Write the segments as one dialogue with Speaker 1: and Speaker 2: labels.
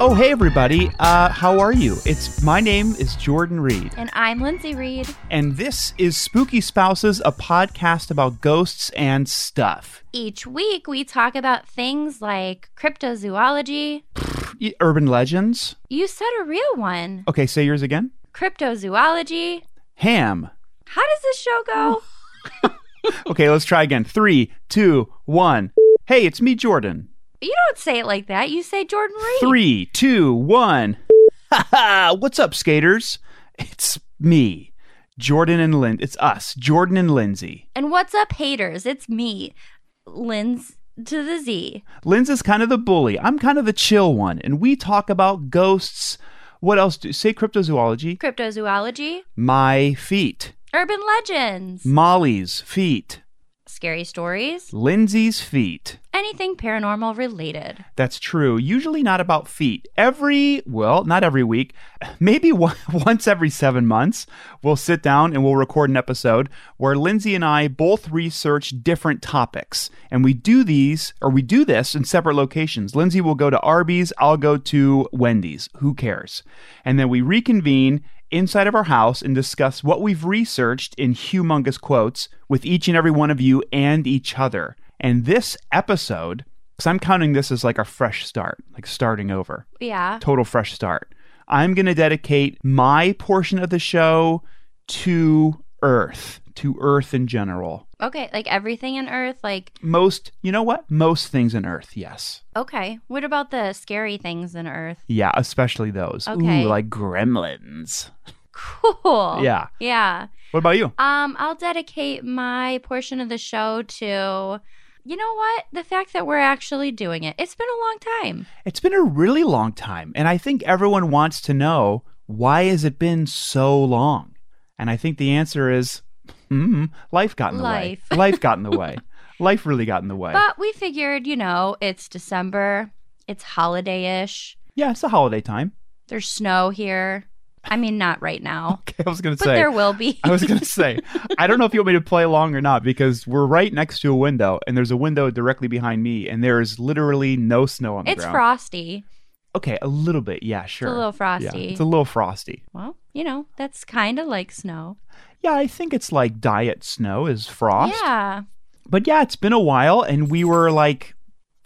Speaker 1: Oh, hey, everybody. Uh, how are you? It's My name is Jordan Reed,
Speaker 2: And I'm Lindsay Reed.
Speaker 1: and this is Spooky Spouses, a podcast about ghosts and stuff.
Speaker 2: Each week, we talk about things like cryptozoology.
Speaker 1: Y- Urban legends.
Speaker 2: You said a real one
Speaker 1: Okay, say yours again.
Speaker 2: cryptozoology.
Speaker 1: Ham.
Speaker 2: How does this show go?
Speaker 1: Okay, let's try again. Three, two, one. Hey, it's me, Jordan.
Speaker 2: You don't say it like that. You say Jordan Reed.
Speaker 1: Three, two, one. Ha ha! What's up, skaters? It's me, Jordan and Lind. It's us, Jordan and Lindsay.
Speaker 2: And what's up, haters? It's me, Linz to the Z.
Speaker 1: Linz is kind of the bully. I'm kind of the chill one, and we talk about ghosts. What else do say? Cryptozoology.
Speaker 2: Cryptozoology,
Speaker 1: My feet.
Speaker 2: urban legends,
Speaker 1: Molly's feet.
Speaker 2: scary stories,
Speaker 1: Lindsay's feet.
Speaker 2: anything paranormal related.
Speaker 1: That's true. Usually not about feet. Every, well, not every week, maybe one, once every seven months, we'll sit down and we'll record an episode where Lindsay and I both research different topics. And we do these, or we do this in separate locations. Lindsay will go to Arby's, I'll go to Wendy's. Who cares? And then we reconvene inside of our house and discuss what we've researched in humongous quotes with each and every one of you and each other. And this episode, because I'm counting this as like a fresh start, like starting over,
Speaker 2: Yeah.
Speaker 1: total fresh start, I'm going to dedicate my portion of the show to Earth, to Earth in general.
Speaker 2: Okay. Like everything in Earth. Like,
Speaker 1: Most, you know what? Most things in Earth, yes.
Speaker 2: okay. What about the scary things in Earth?
Speaker 1: Yeah, especially those.
Speaker 2: Okay.
Speaker 1: Ooh, like gremlins.
Speaker 2: Cool.
Speaker 1: Yeah.
Speaker 2: Yeah.
Speaker 1: What about you?
Speaker 2: Um, I'll dedicate my portion of the show to you know what? The fact that we're actually doing it. It's been a long time.
Speaker 1: It's been a really long time, and I think everyone wants to know why has it been so long? And I think the answer is mm, life got in the
Speaker 2: Life.
Speaker 1: way. Life got in the way. life really got in the way.
Speaker 2: But we figured, you know, it's December, it's holiday ish,
Speaker 1: yeah, it's the holiday time.
Speaker 2: there's snow here. I mean, not right now,
Speaker 1: Okay, I was gonna
Speaker 2: but
Speaker 1: say.
Speaker 2: there will be.
Speaker 1: I was gonna say. I don't know if you want me to play along or not because we're right next to a window, and there's a window directly behind me, and there is literally no snow on the
Speaker 2: it's
Speaker 1: ground.
Speaker 2: frosty.
Speaker 1: okay, a little bit. Yeah, sure.
Speaker 2: It's a little
Speaker 1: Yeah,
Speaker 2: frosty.
Speaker 1: it's a little frosty.
Speaker 2: well, you know, that's kind of like snow.
Speaker 1: Yeah, I think it's like diet snow is frost.
Speaker 2: Yeah.
Speaker 1: but yeah, it's been a while, and we were like,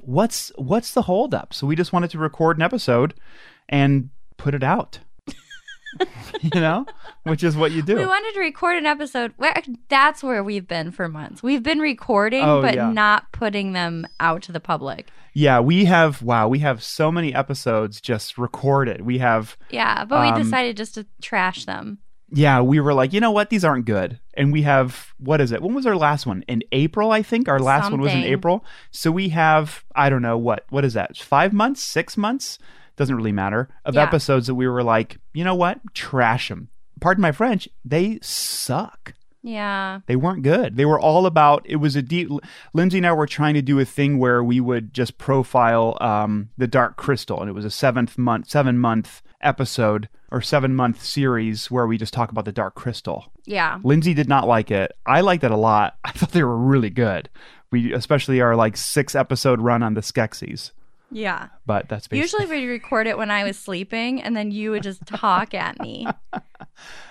Speaker 1: "What's what's the holdup?" So we just wanted to record an episode and put it out, you know, which is what you
Speaker 2: We
Speaker 1: do.
Speaker 2: wanted to record an episode. Well, That's where we've been for months. We've been recording,
Speaker 1: Oh,
Speaker 2: but
Speaker 1: yeah.
Speaker 2: not putting them out to the public.
Speaker 1: Yeah, we have wow, we have so many episodes just recorded. We have
Speaker 2: Yeah, but we
Speaker 1: Um,
Speaker 2: decided just to trash them.
Speaker 1: yeah, we were like, you know what, these aren't good, and we have what is it? When was our last one? In April, I think our last one was in
Speaker 2: Something.
Speaker 1: April. So we have I don't know what what is that? Five months, six months? Doesn't really matter of
Speaker 2: Yeah.
Speaker 1: episodes that we were like, you know what, trash them. Pardon my French, they suck.
Speaker 2: Yeah.
Speaker 1: They weren't good. They were all about. It was a deep. Lindsay and I were trying to do a thing where we would just profile um, the Dark Crystal, and it was a seventh month, seven month episode or seven month series where we just talk about the Dark Crystal.
Speaker 2: Yeah.
Speaker 1: Lindsay did not like it. I liked it a lot. I thought they were really good. We especially our like six episode run on the Skeksis,
Speaker 2: Yeah.
Speaker 1: but that's basically.
Speaker 2: Usually we record it when I was sleeping and then you would just talk at me.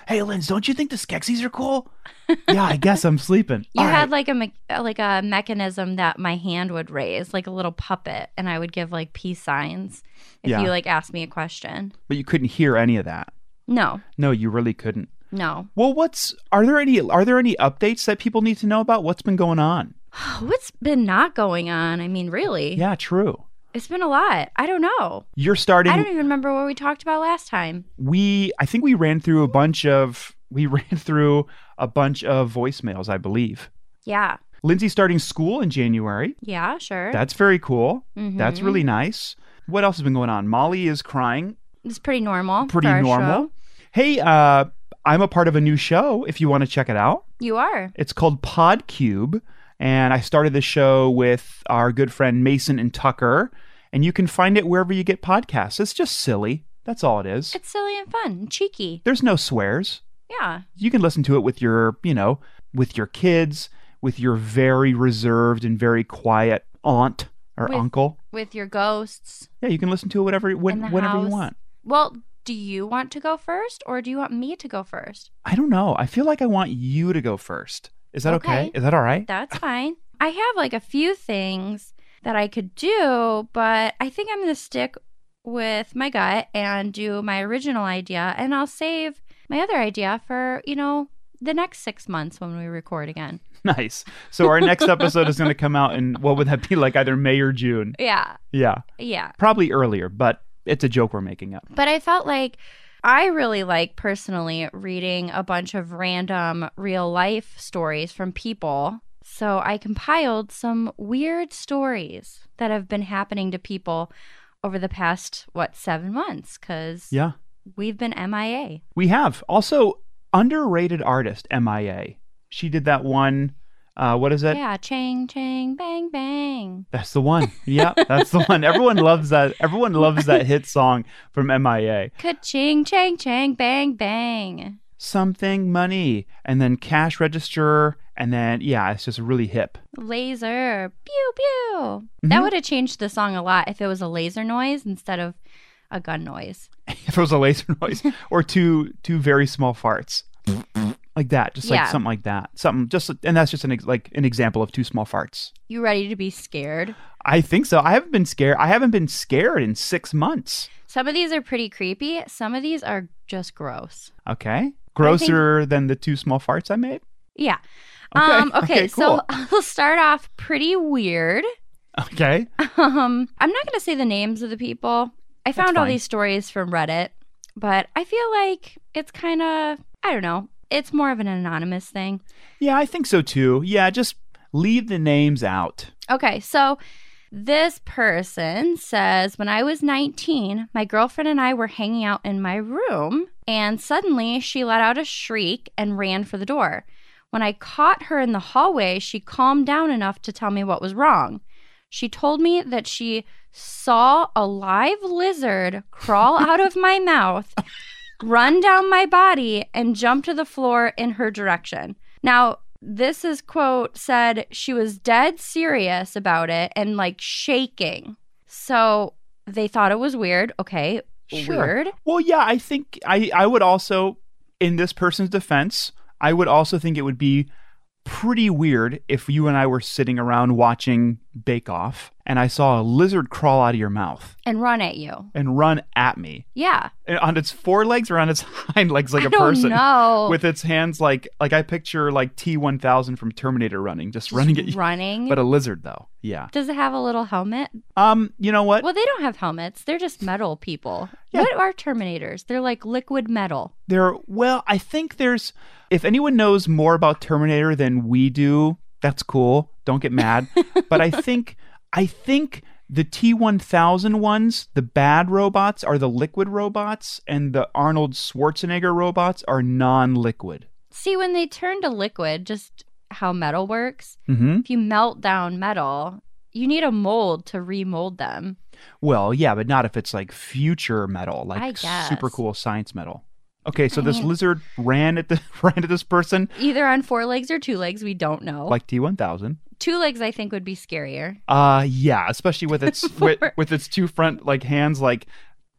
Speaker 1: hey, Linz, don't you think the Skeksis are cool? yeah, I guess I'm sleeping.
Speaker 2: You
Speaker 1: All
Speaker 2: had
Speaker 1: right.
Speaker 2: like a me- uh, like a mechanism that my hand would raise, like a little puppet, and I would give like peace signs if
Speaker 1: Yeah.
Speaker 2: you like asked me a question.
Speaker 1: but you couldn't hear any of that.
Speaker 2: No.
Speaker 1: No, you really couldn't.
Speaker 2: No.
Speaker 1: Well, what's are there any are there any updates that people need to know about? What's been going on?
Speaker 2: What's been not going on? I mean, really?
Speaker 1: Yeah, true.
Speaker 2: It's been a lot. I don't know.
Speaker 1: You're starting.
Speaker 2: I don't even remember what we talked about last time.
Speaker 1: we I think we ran through a bunch of we ran through a bunch of voicemails. I believe
Speaker 2: Yeah.
Speaker 1: Lindsay's starting school in January.
Speaker 2: Yeah, sure.
Speaker 1: That's very cool. That's
Speaker 2: Mhm.
Speaker 1: really nice. What else has been going on? Molly is crying.
Speaker 2: It's pretty normal. for
Speaker 1: Pretty
Speaker 2: our
Speaker 1: normal.
Speaker 2: show.
Speaker 1: Hey, uh, I'm a part of a new show. If you want to check it out.
Speaker 2: You are.
Speaker 1: It's called Podcube, and I started the show with our good friend Mason and Tucker, and you can find it wherever you get podcasts. It's just silly. That's all it is.
Speaker 2: It's silly and fun, and cheeky.
Speaker 1: There's no swears.
Speaker 2: Yeah.
Speaker 1: You can listen to it with your, you know, with your kids, with your very reserved and very quiet aunt or
Speaker 2: With-
Speaker 1: uncle.
Speaker 2: with your ghosts.
Speaker 1: Yeah, you can listen to it whatever when,
Speaker 2: In the
Speaker 1: whenever you
Speaker 2: house.
Speaker 1: want.
Speaker 2: Well, do you want to go first or do you want me to go first?
Speaker 1: I don't know. I feel like I want you to go first. Is that okay?
Speaker 2: Okay.
Speaker 1: Is that all right?
Speaker 2: That's fine. I have like a few things that I could do, but I think I'm going to stick with my gut and do my original idea and I'll save my other idea for, you know, the next 6 months when we record again.
Speaker 1: nice. So our next episode is going to come out in what would that be like either May or June?
Speaker 2: Yeah.
Speaker 1: Yeah,
Speaker 2: Yeah.
Speaker 1: probably earlier, but it's a joke we're making up.
Speaker 2: But I felt like I really like personally reading a bunch of random real life stories from people. So I compiled some weird stories that have been happening to people over the past, what, seven months? Because
Speaker 1: Yeah,
Speaker 2: we've been MIA.
Speaker 1: we have also underrated artist MIA. She did that one. Uh, what is it?
Speaker 2: yeah, chang, chang, bang, bang.
Speaker 1: That's the one. Yeah, that's the one. Everyone loves that. Everyone loves that hit song from MIA.
Speaker 2: Ka ching, chang, chang, bang, bang.
Speaker 1: Something money, and then cash register, and then yeah, it's just really hip.
Speaker 2: Laser, pew, pew. That
Speaker 1: Mhm.
Speaker 2: would have changed the song a lot if it was a laser noise instead of a gun noise.
Speaker 1: if it was a laser noise or two two very small farts like that just like
Speaker 2: Yeah.
Speaker 1: something like that something just and that's just an ex- like an example of two small farts
Speaker 2: You ready to be scared?
Speaker 1: i think so i haven't been scared i haven't been scared in six months
Speaker 2: Some of these are pretty creepy. Some of these are just gross.
Speaker 1: okay grosser than the two small farts i made
Speaker 2: Yeah.
Speaker 1: Okay.
Speaker 2: Um okay,
Speaker 1: Okay,
Speaker 2: so I'll start off pretty weird.
Speaker 1: okay
Speaker 2: Um I'm not going to say the names of the people. I found all
Speaker 1: fine.
Speaker 2: these stories from Reddit, but I feel like it's kind of I don't know. It's more of an anonymous thing.
Speaker 1: yeah i think so too yeah just leave the names out
Speaker 2: Okay, so this person says When I was 19, my girlfriend and I were hanging out in my room, and suddenly she let out a shriek and ran for the door. When I caught her in the hallway, she calmed down enough to tell me what was wrong. She told me that she saw a live lizard crawl out of my mouth, run down my body, and jump to the floor in her direction. Now, this is quote said she was dead serious about it and like shaking. So they thought it was weird. Okay,
Speaker 1: Sure.
Speaker 2: weird.
Speaker 1: well yeah i think i i would also in this person's defense i would also think it would be pretty weird if you and i were sitting around watching bake off and i saw a lizard crawl out of your mouth
Speaker 2: And run at you.
Speaker 1: and run at me
Speaker 2: Yeah.
Speaker 1: And on its forelegs or on its hind legs like
Speaker 2: I
Speaker 1: a
Speaker 2: don't
Speaker 1: person
Speaker 2: know.
Speaker 1: with its hands like like i picture like t1000 from terminator running just,
Speaker 2: Just
Speaker 1: running at you
Speaker 2: running.
Speaker 1: but a lizard though yeah
Speaker 2: Does it have a little helmet?
Speaker 1: um you know what
Speaker 2: Well, they don't have helmets. They're just metal people.
Speaker 1: Yeah.
Speaker 2: What are Terminators? They're like liquid metal.
Speaker 1: There, well, I think there's. If anyone knows more about Terminator than we do, that's cool. Don't get mad. but I think, I think the T1000 ones, the bad robots, are the liquid robots, and the Arnold Schwarzenegger robots are non-liquid.
Speaker 2: See, when they turn to liquid, just how metal works,
Speaker 1: Mm-hmm.
Speaker 2: if you melt down metal, you need a mold to remold them.
Speaker 1: Well, yeah, but not if it's like future metal,
Speaker 2: I
Speaker 1: like
Speaker 2: guess.
Speaker 1: super cool science metal. Okay, so
Speaker 2: I
Speaker 1: this
Speaker 2: mean-
Speaker 1: lizard ran at the ran at this person
Speaker 2: Either on four legs or two legs, we don't know.
Speaker 1: like T1000.
Speaker 2: two legs, I think, would be scarier.
Speaker 1: Uh yeah, especially with its with,
Speaker 2: Forward.
Speaker 1: with its two front like hands like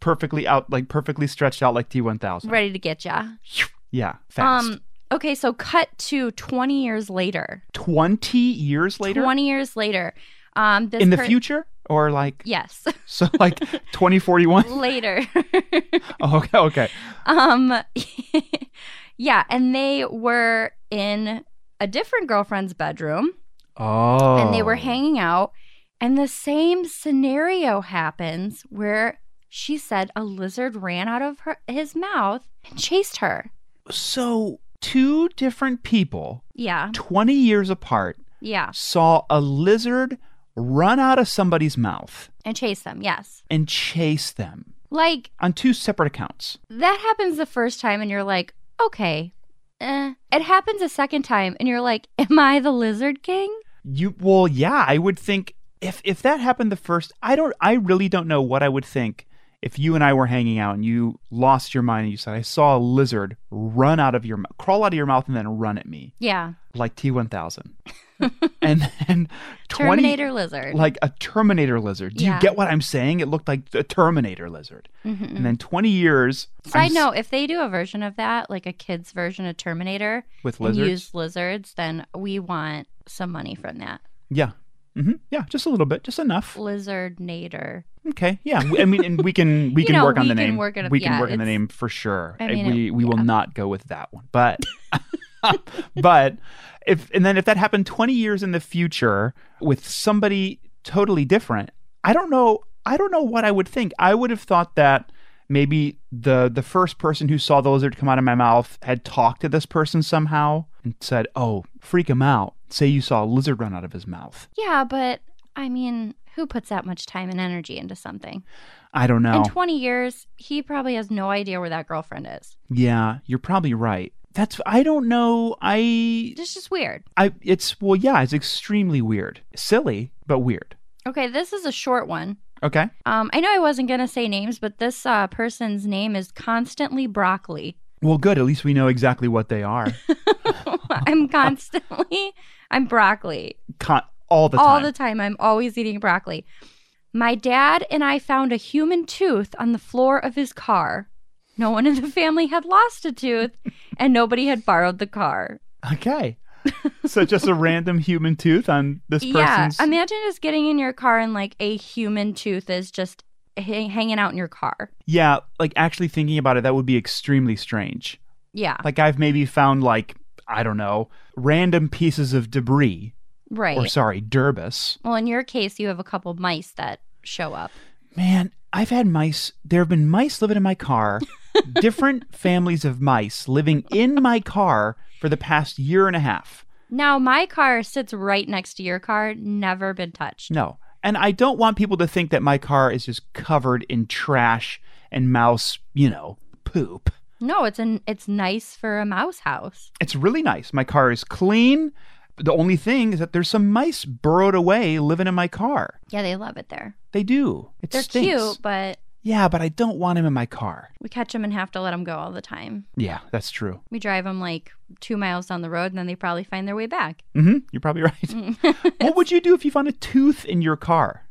Speaker 1: perfectly out like perfectly stretched out like T1000.
Speaker 2: Ready to get ya.
Speaker 1: Yeah, fast.
Speaker 2: Um, okay, so cut to 20 years later.
Speaker 1: 20 years later
Speaker 2: 20 years later. Um, this
Speaker 1: in the
Speaker 2: per-
Speaker 1: future or like
Speaker 2: Yes,
Speaker 1: so like 2041.
Speaker 2: later.
Speaker 1: Oh, okay, okay.
Speaker 2: Um, yeah, and they were in a different girlfriend's bedroom
Speaker 1: Oh.
Speaker 2: and they were hanging out, and the same scenario happens where she said a lizard ran out of her his mouth and chased her.
Speaker 1: So two different people
Speaker 2: Yeah,
Speaker 1: 20 years apart
Speaker 2: yeah,
Speaker 1: saw a lizard run out of somebody's mouth
Speaker 2: and chased them. Yes,
Speaker 1: and chase them
Speaker 2: like
Speaker 1: on two separate accounts.
Speaker 2: that happens the first time, and you're like, okay. Eh. It happens a second time, and you're like, "Am I the lizard king?"
Speaker 1: You well, yeah, I would think if if that happened the first, I don't, I really don't know what I would think if you and I were hanging out and you lost your mind and you said, "I saw a lizard run out of your mou- crawl out of your mouth and then run at me
Speaker 2: Yeah,
Speaker 1: like T one thousand. and then 20,
Speaker 2: Terminator lizard.
Speaker 1: like a Terminator lizard. Do
Speaker 2: Yeah.
Speaker 1: you get what I'm saying? It looked like a Terminator lizard.
Speaker 2: Mhm.
Speaker 1: And then 20 years. I'm
Speaker 2: Side
Speaker 1: s-
Speaker 2: note: If they do a version of that, like a kids' version of Terminator,
Speaker 1: with
Speaker 2: and
Speaker 1: lizards.
Speaker 2: use lizards, then we want some money from that
Speaker 1: yeah.
Speaker 2: Mm-hmm.
Speaker 1: hmm Yeah, just a little bit, just enough.
Speaker 2: lizard nader.
Speaker 1: Okay. Yeah. I mean, and we can we
Speaker 2: You
Speaker 1: can
Speaker 2: know,
Speaker 1: work on
Speaker 2: we
Speaker 1: the
Speaker 2: can
Speaker 1: name.
Speaker 2: work it up-
Speaker 1: we can
Speaker 2: yeah,
Speaker 1: work on the
Speaker 2: it's-
Speaker 1: name for sure.
Speaker 2: I mean,
Speaker 1: we we
Speaker 2: yeah.
Speaker 1: will not go with that one, but but if and then if that happened 20 years in the future with somebody totally different, I don't know. I don't know what I would think. I would have thought that maybe the the first person who saw the lizard come out of my mouth had talked to this person somehow and said, "Oh, freak him out. Say you saw a lizard run out of his mouth."
Speaker 2: Yeah, but I mean, who puts that much time and energy into something?
Speaker 1: I don't know.
Speaker 2: In 20 years, he probably has no idea where that girlfriend is.
Speaker 1: Yeah, you're probably right. That's I don't know. I
Speaker 2: It's just weird.
Speaker 1: I it's well yeah, it's extremely weird. Silly, but weird.
Speaker 2: Okay, this is a short one.
Speaker 1: Okay.
Speaker 2: Um, I know I wasn't gonna say names, but this uh, person's name is constantly broccoli.
Speaker 1: Well, good. At least we know exactly what they are.
Speaker 2: I'm constantly, I'm broccoli.
Speaker 1: Con- all the
Speaker 2: all
Speaker 1: time.
Speaker 2: the time. I'm always eating broccoli. My dad and I found a human tooth on the floor of his car. No one in the family had lost a tooth, and nobody had borrowed the car.
Speaker 1: okay. so just a random human tooth on this
Speaker 2: Yeah,
Speaker 1: person's
Speaker 2: imagine just getting in your car and like a human tooth is just ha- hanging out in your car.
Speaker 1: Yeah, like actually thinking about it that would be extremely strange.
Speaker 2: Yeah,
Speaker 1: Like I've maybe found like I don't know, random pieces of debris
Speaker 2: right.
Speaker 1: or sorry, derbis.
Speaker 2: well, in your case, you have a couple mice that show up.
Speaker 1: Man, I've had mice. There have been mice living in my car, different families of mice living in my car for the past year and a half.
Speaker 2: Now, my car sits right next to your car, never been touched.
Speaker 1: No. And I don't want people to think that my car is just covered in trash and mouse, you know, poop.
Speaker 2: No, it's an it's nice for a mouse house.
Speaker 1: It's really nice. My car is clean. The only thing is that there's some mice burrowed away living in my car.
Speaker 2: Yeah, they love it there.
Speaker 1: They do. It
Speaker 2: They're
Speaker 1: stinks.
Speaker 2: cute, but
Speaker 1: Yeah, but I don't want them in my car.
Speaker 2: we catch them and have to let them go all the time.
Speaker 1: Yeah, that's true.
Speaker 2: We drive them like two miles down the road and then they probably find their way back.
Speaker 1: hmm You're probably right.
Speaker 2: I
Speaker 1: what would you do if you found a tooth in your car?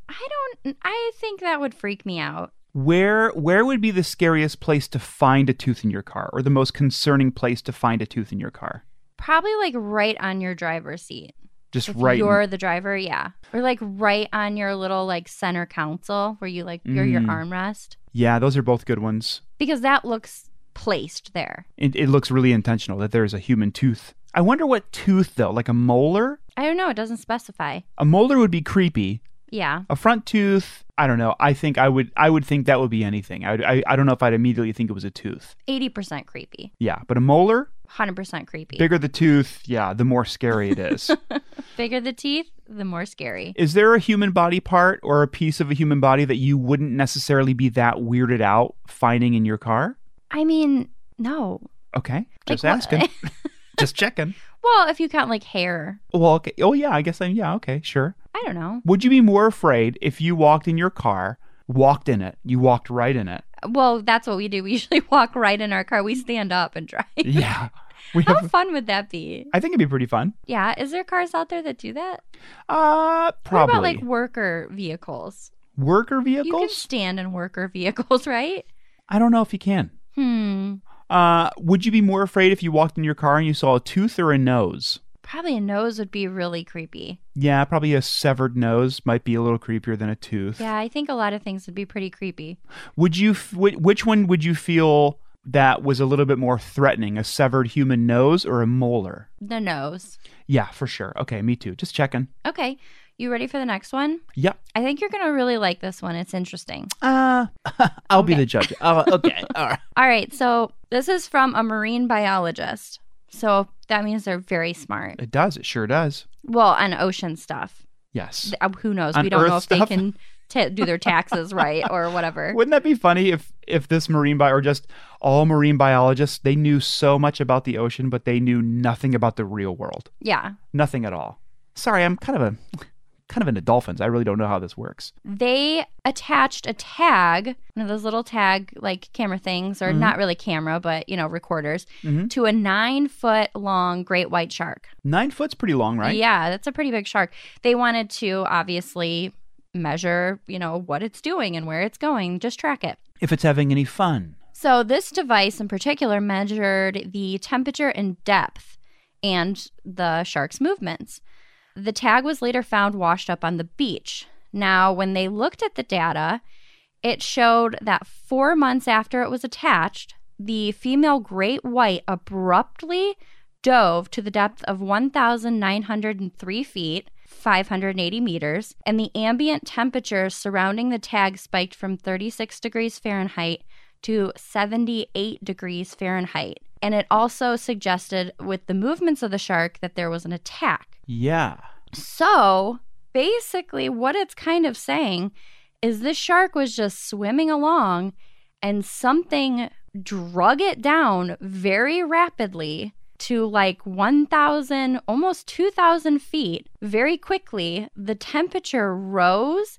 Speaker 2: don't, I think that would freak me out.
Speaker 1: Where where would be the scariest place to find a tooth in your car or the most concerning place to find a tooth in your car?
Speaker 2: Probably like right on your driver's seat.
Speaker 1: Just
Speaker 2: If
Speaker 1: right
Speaker 2: you're the driver, yeah. Or like right on your little like center console where you like, your, your
Speaker 1: Mm.
Speaker 2: armrest.
Speaker 1: Yeah, those are both good ones.
Speaker 2: Because that looks placed there.
Speaker 1: It, it looks really intentional that there's a human tooth. I wonder what tooth though, like a molar?
Speaker 2: I don't know. It doesn't specify.
Speaker 1: A molar would be creepy.
Speaker 2: Yeah.
Speaker 1: A front tooth, I don't know. I think I would I would think that would be anything. I would, I, I don't know if I'd immediately think it was a tooth.
Speaker 2: 80% creepy.
Speaker 1: Yeah, but a molar,
Speaker 2: 100% creepy.
Speaker 1: bigger the tooth, yeah, the more scary it is.
Speaker 2: Bigger the teeth, the more scary.
Speaker 1: Is there a human body part or a piece of a human body that you wouldn't necessarily be that weirded out finding in your car?
Speaker 2: I mean, no.
Speaker 1: Okay. Just
Speaker 2: Like, what-
Speaker 1: asking. just checking.
Speaker 2: Well, if you count like hair,
Speaker 1: Well, okay. Oh, yeah. I guess I'm, yeah, okay, sure.
Speaker 2: I don't know.
Speaker 1: Would you be more afraid if you walked in your car, walked in it, you walked right in it?
Speaker 2: Well, that's what we do. We usually walk right in our car. We stand up and drive.
Speaker 1: Yeah. We
Speaker 2: How
Speaker 1: have,
Speaker 2: fun would that be?
Speaker 1: I think it'd be pretty fun.
Speaker 2: Yeah. Is there cars out there that do that?
Speaker 1: Uh, probably.
Speaker 2: What about like worker vehicles?
Speaker 1: Worker
Speaker 2: You can
Speaker 1: vehicles?
Speaker 2: stand in worker vehicles, right?
Speaker 1: I don't know if you can.
Speaker 2: Hmm.
Speaker 1: Uh, would you be more afraid if you walked in your car and you saw a tooth or a nose?
Speaker 2: Probably a nose would be really creepy.
Speaker 1: Yeah, probably a severed nose might be a little creepier than a tooth.
Speaker 2: Yeah, I think a lot of things would be pretty creepy.
Speaker 1: Would you? f- whi- Which one would you feel that was a little bit more threatening? A severed human nose or a molar?
Speaker 2: The nose.
Speaker 1: Yeah, for sure. Okay, me too. Just checking.
Speaker 2: Okay. You ready for the next one?
Speaker 1: Yep.
Speaker 2: I think you're going to really like this one. It's interesting.
Speaker 1: Uh, I'll be the judge. Oh, okay. All right.
Speaker 2: All right. So, this is from a marine biologist. So, that means they're very smart.
Speaker 1: It does. It sure does.
Speaker 2: Well, on ocean stuff.
Speaker 1: Yes.
Speaker 2: Th- uh, Who knows?
Speaker 1: On
Speaker 2: we don't know if
Speaker 1: Earth stuff?
Speaker 2: they can ta do their taxes right or whatever.
Speaker 1: Wouldn't that be funny if if this marine bio or just all marine biologists they knew so much about the ocean but they knew nothing about the real world,
Speaker 2: Yeah.
Speaker 1: nothing at all. Sorry, I'm kind of a kind of into dolphins. I really don't know how this works.
Speaker 2: They attached a tag, one of those little tag like camera things, or
Speaker 1: Mhm.
Speaker 2: not really camera, but you know, recorders,
Speaker 1: Mhm.
Speaker 2: to a nine foot long great white shark.
Speaker 1: Nine foot's pretty long, right?
Speaker 2: Yeah, that's a pretty big shark. They wanted to obviously measure, you know, what it's doing and where it's going, just track it.
Speaker 1: If it's having any fun.
Speaker 2: So, this device in particular measured the temperature and depth and the shark's movements. The tag was later found washed up on the beach. Now, when they looked at the data, it showed that four months after it was attached, the female great white abruptly dove to the depth of 1,903 feet, 580 meters, and the ambient temperature surrounding the tag spiked from 36 degrees Fahrenheit to 78 degrees Fahrenheit. And it also suggested with the movements of the shark that there was an attack.
Speaker 1: Yeah.
Speaker 2: So basically, what it's kind of saying is this shark was just swimming along and something drug it down very rapidly to like 1,000, almost 2,000 feet very quickly. The temperature rose,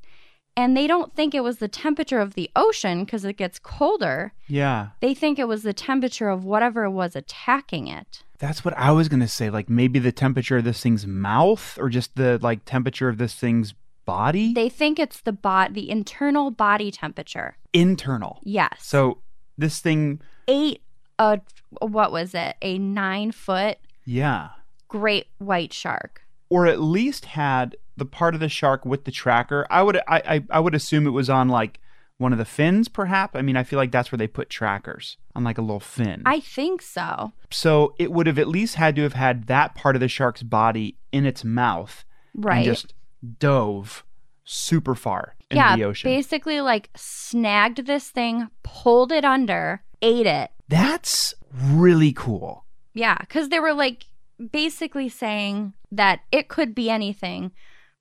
Speaker 2: and they don't think it was the temperature of the ocean because it gets colder.
Speaker 1: Yeah.
Speaker 2: They think it was the temperature of whatever was attacking it.
Speaker 1: That's what I was going to say. Like maybe the temperature of this thing's mouth or just the like temperature of this thing's body.
Speaker 2: They think it's the bot, the internal body temperature.
Speaker 1: Internal.
Speaker 2: Yes.
Speaker 1: So this thing,
Speaker 2: eight uh what was it a nine foot
Speaker 1: yeah.
Speaker 2: great white shark
Speaker 1: Or at least had the part of the shark with the tracker. I would I, I, I would assume it was on like one of the fins, perhaps. I mean, I feel like that's where they put trackers on like a little fin.
Speaker 2: i think so
Speaker 1: so it would have at least had to have had that part of the shark's body in its mouth
Speaker 2: right
Speaker 1: and just dove super far into
Speaker 2: yeah
Speaker 1: the ocean.
Speaker 2: basically like snagged this thing pulled it under ate it
Speaker 1: That's really cool.
Speaker 2: yeah because they were like basically saying that it could be anything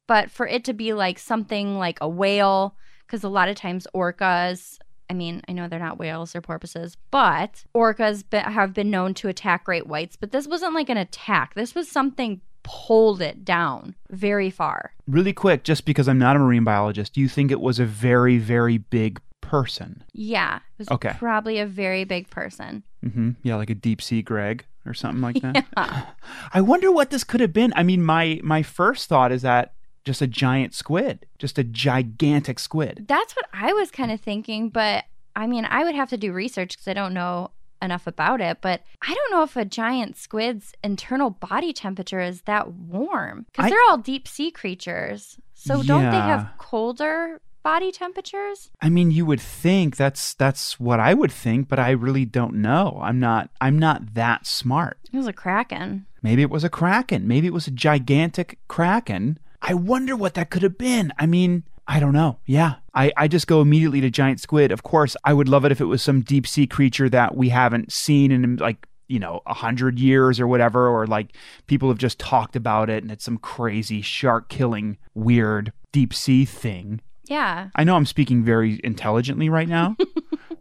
Speaker 2: but for it to be like something like a whale because a lot of times orcas i mean i know they're not whales they're porpoises but orcas be- have been known to attack great whites but this wasn't like an attack this was something pulled it down very far
Speaker 1: Really quick, just because I'm not a marine biologist, do you think it was a very, very big person?
Speaker 2: yeah it was
Speaker 1: Okay.
Speaker 2: probably a very big person
Speaker 1: hmm Yeah, like a deep sea Greg or something like that.
Speaker 2: Yeah.
Speaker 1: I wonder what this could have been. I mean, my my first thought is that just a giant squid, just a gigantic squid.
Speaker 2: that's what i was kind of thinking but i mean i would have to do research because i don't know enough about it but i don't know if a giant squid's internal body temperature is that warm
Speaker 1: I-
Speaker 2: because they're all deep sea creatures so don't they have
Speaker 1: Yeah.
Speaker 2: colder body temperatures
Speaker 1: I mean, you would think that's that's what I would think, but I really don't know. I'm not I'm not that smart.
Speaker 2: it was a kraken
Speaker 1: Maybe it was a kraken. Maybe it was a gigantic kraken. I wonder what that could have been. I mean, I don't know. Yeah. I, I just go immediately to giant squid. Of course, I would love it if it was some deep sea creature that we haven't seen in like, you know, a hundred years or whatever, or like people have just talked about it and it's some crazy shark killing, weird deep sea thing.
Speaker 2: yeah
Speaker 1: I know I'm speaking very intelligently right now,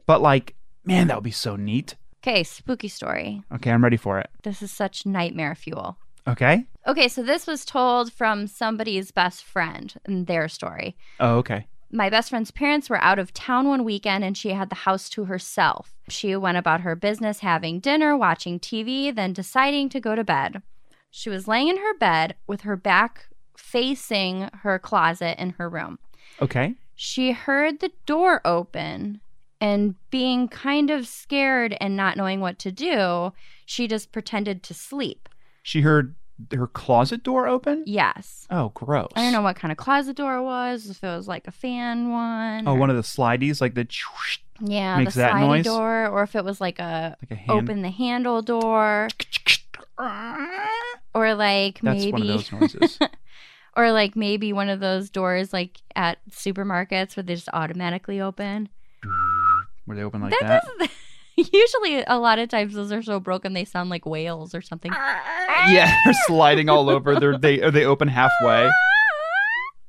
Speaker 1: but like, man, that would be so neat.
Speaker 2: okay spooky story
Speaker 1: Okay, I'm ready for it.
Speaker 2: this is such nightmare fuel
Speaker 1: Okay.
Speaker 2: okay so this was told from somebody's best friend and their story
Speaker 1: Oh, okay.
Speaker 2: My best friend's parents were out of town one weekend and she had the house to herself. She went about her business having dinner, watching TV, then deciding to go to bed. She was laying in her bed with her back facing her closet in her room.
Speaker 1: Okay.
Speaker 2: She heard the door open and being kind of scared and not knowing what to do, she just pretended to sleep.
Speaker 1: She heard her closet door open?
Speaker 2: Yes.
Speaker 1: Oh, gross.
Speaker 2: I don't know what kind of closet door it was, if it was like a fan one.
Speaker 1: Oh,
Speaker 2: or-
Speaker 1: one of the slideys, like the choosh,
Speaker 2: Yeah,
Speaker 1: makes
Speaker 2: the
Speaker 1: that
Speaker 2: sliding
Speaker 1: noise?
Speaker 2: door, or if it was like a
Speaker 1: like a hand.
Speaker 2: open the handle door,
Speaker 1: That's
Speaker 2: or like maybe,
Speaker 1: one of those noises.
Speaker 2: or like maybe one of those doors like at supermarkets where they just automatically open.
Speaker 1: Where they open like
Speaker 2: That
Speaker 1: that.
Speaker 2: does- Usually, a lot of times those are so broken they sound like whales or something.
Speaker 1: Yeah, they're sliding all over. They're, they are they open halfway.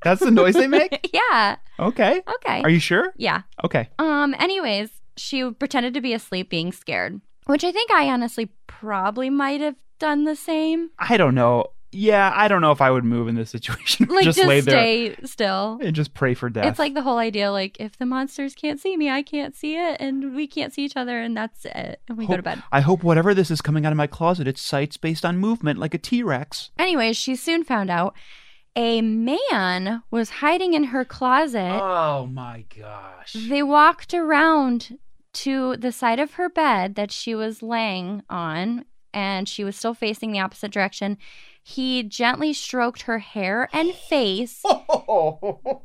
Speaker 1: That's the noise they make.
Speaker 2: yeah.
Speaker 1: Okay.
Speaker 2: Okay.
Speaker 1: Are you sure?
Speaker 2: yeah.
Speaker 1: Okay.
Speaker 2: Um. Anyways, she pretended to be asleep, being scared, which I think I honestly probably might have done the same.
Speaker 1: I don't know. yeah, I don't know if I would move in this situation.
Speaker 2: Like
Speaker 1: just,
Speaker 2: just,
Speaker 1: lay there
Speaker 2: stay still.
Speaker 1: and just pray for death.
Speaker 2: It's like the whole idea like if the monsters can't see me, I can't see it and we can't see each other and that's it. And we go to
Speaker 1: Hope-
Speaker 2: bed.
Speaker 1: I hope whatever this is coming out of my closet, it's sights based on movement, like a T Rex.
Speaker 2: Anyways, she soon found out a man was hiding in her closet.
Speaker 1: Oh my gosh.
Speaker 2: They walked around to the side of her bed that she was laying on, and she was still facing the opposite direction. He gently stroked her hair and face,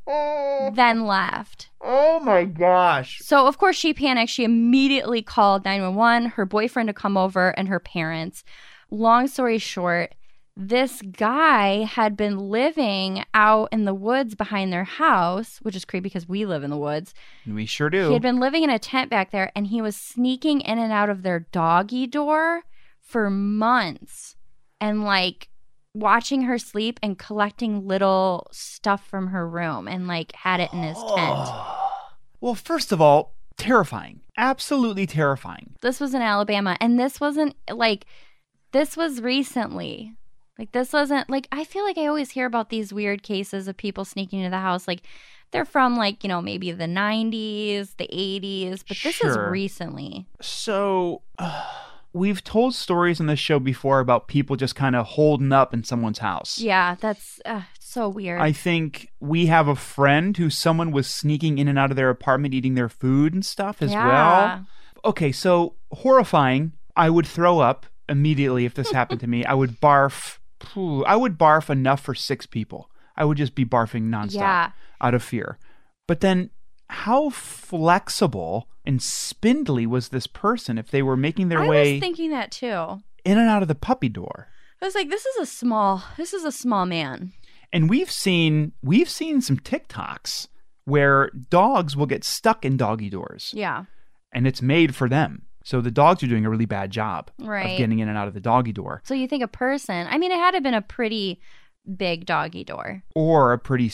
Speaker 1: oh
Speaker 2: then left.
Speaker 1: my gosh.
Speaker 2: So, of course, she panicked. She immediately called 911, her boyfriend to come over, and her parents. Long story short, this guy had been living out in the woods behind their house, which is creepy because we live in the woods.
Speaker 1: We sure
Speaker 2: He
Speaker 1: do.
Speaker 2: had been living in a tent back there and he was sneaking in and out of their doggy door for months and like watching her sleep and collecting little stuff from her room and like had it in his tent.
Speaker 1: well, first of all, terrifying. Absolutely terrifying.
Speaker 2: This was in Alabama and this wasn't like this was recently. Like this wasn't like I feel like I always hear about these weird cases of people sneaking into the house like they're from like, you know, maybe the 90s, the 80s, but this is
Speaker 1: Sure.
Speaker 2: recently.
Speaker 1: So, we've told stories on this show before about people just kind of holding up in someone's house.
Speaker 2: Yeah, that's uh, so weird.
Speaker 1: I think we have a friend who someone was sneaking in and out of their apartment eating their food and stuff as well. Okay, so horrifying. I would throw up immediately if this happened to me. I would barf. Phew, I would barf enough for six people. I would just be barfing nonstop
Speaker 2: Yeah.
Speaker 1: out of fear. But then, how flexible and spindly was this person if they were making their
Speaker 2: I
Speaker 1: way
Speaker 2: was thinking that too. I
Speaker 1: in and out of the puppy door?
Speaker 2: was like, this is a small, this is a small man.
Speaker 1: And we've seen we've seen some TikToks where dogs will get stuck in doggy doors,
Speaker 2: Yeah.
Speaker 1: and it's made for them. So the dogs are doing a really bad job
Speaker 2: Right.
Speaker 1: of getting in and out of the doggy door,
Speaker 2: so you think a person, I mean, it had to have been a pretty big doggy door.
Speaker 1: or a pretty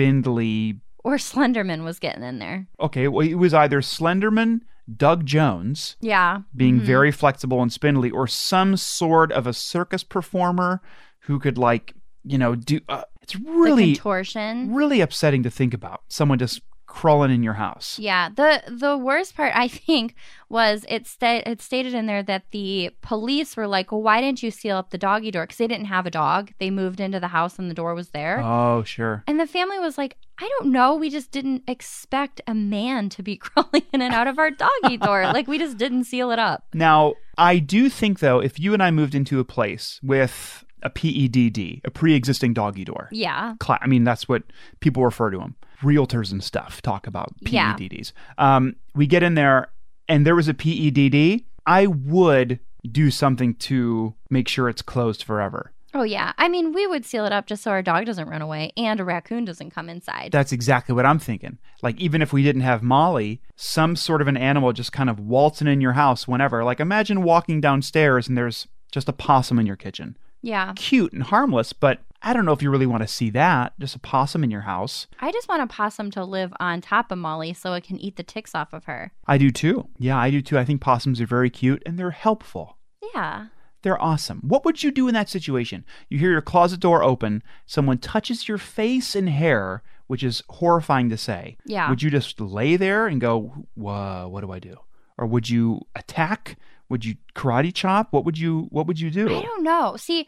Speaker 1: spindly.
Speaker 2: Or Slenderman was getting in there.
Speaker 1: Okay, well, it was either Slenderman, Doug Jones
Speaker 2: Yeah.
Speaker 1: being
Speaker 2: Mhm.
Speaker 1: very flexible and spindly, or some sort of a circus performer who could like you know do. Uh, it's
Speaker 2: The
Speaker 1: really
Speaker 2: contortion.
Speaker 1: really upsetting to think about someone just crawling in your house.
Speaker 2: Yeah. The the worst part I think was it sta- it stated in there that the police were like, "Well, why didn't you seal up the doggy door? Cuz they didn't have a dog. They moved into the house and the door was there."
Speaker 1: Oh sure.
Speaker 2: And the family was like, I don't know. We just didn't expect a man to be crawling in and out of our doggy door. Like, we just didn't seal it up.
Speaker 1: Now, I do think though, if you and I moved into a place with a PEDD, a pre-existing doggy door,
Speaker 2: Yeah.
Speaker 1: cla- I mean that's what people refer to them. Realtors and stuff talk about
Speaker 2: Yeah.
Speaker 1: PEDDs. Um, we get in there, and there was a PEDD. I would do something to make sure it's closed forever.
Speaker 2: Oh, yeah. I mean, we would seal it up just so our dog doesn't run away and a raccoon doesn't come inside.
Speaker 1: That's exactly what I'm thinking. Like, even if we didn't have Molly, some sort of an animal just kind of waltzing in your house whenever. Like, imagine walking downstairs and there's just a possum in your kitchen.
Speaker 2: yeah.
Speaker 1: cute and harmless, but I don't know if you really want to see that. Just a possum in your house.
Speaker 2: I just want a possum to live on top of Molly so it can eat the ticks off of her.
Speaker 1: I do too. Yeah, I do too. I think possums are very cute and they're helpful.
Speaker 2: Yeah.
Speaker 1: They're awesome. What would you do in that situation? You hear your closet door open, someone touches your face and hair, which is horrifying to say.
Speaker 2: Yeah.
Speaker 1: Would you just lay there and go, "Whoa, what do I do?" Or would you attack? Would you karate chop? What would you What would you do?
Speaker 2: I don't know. See,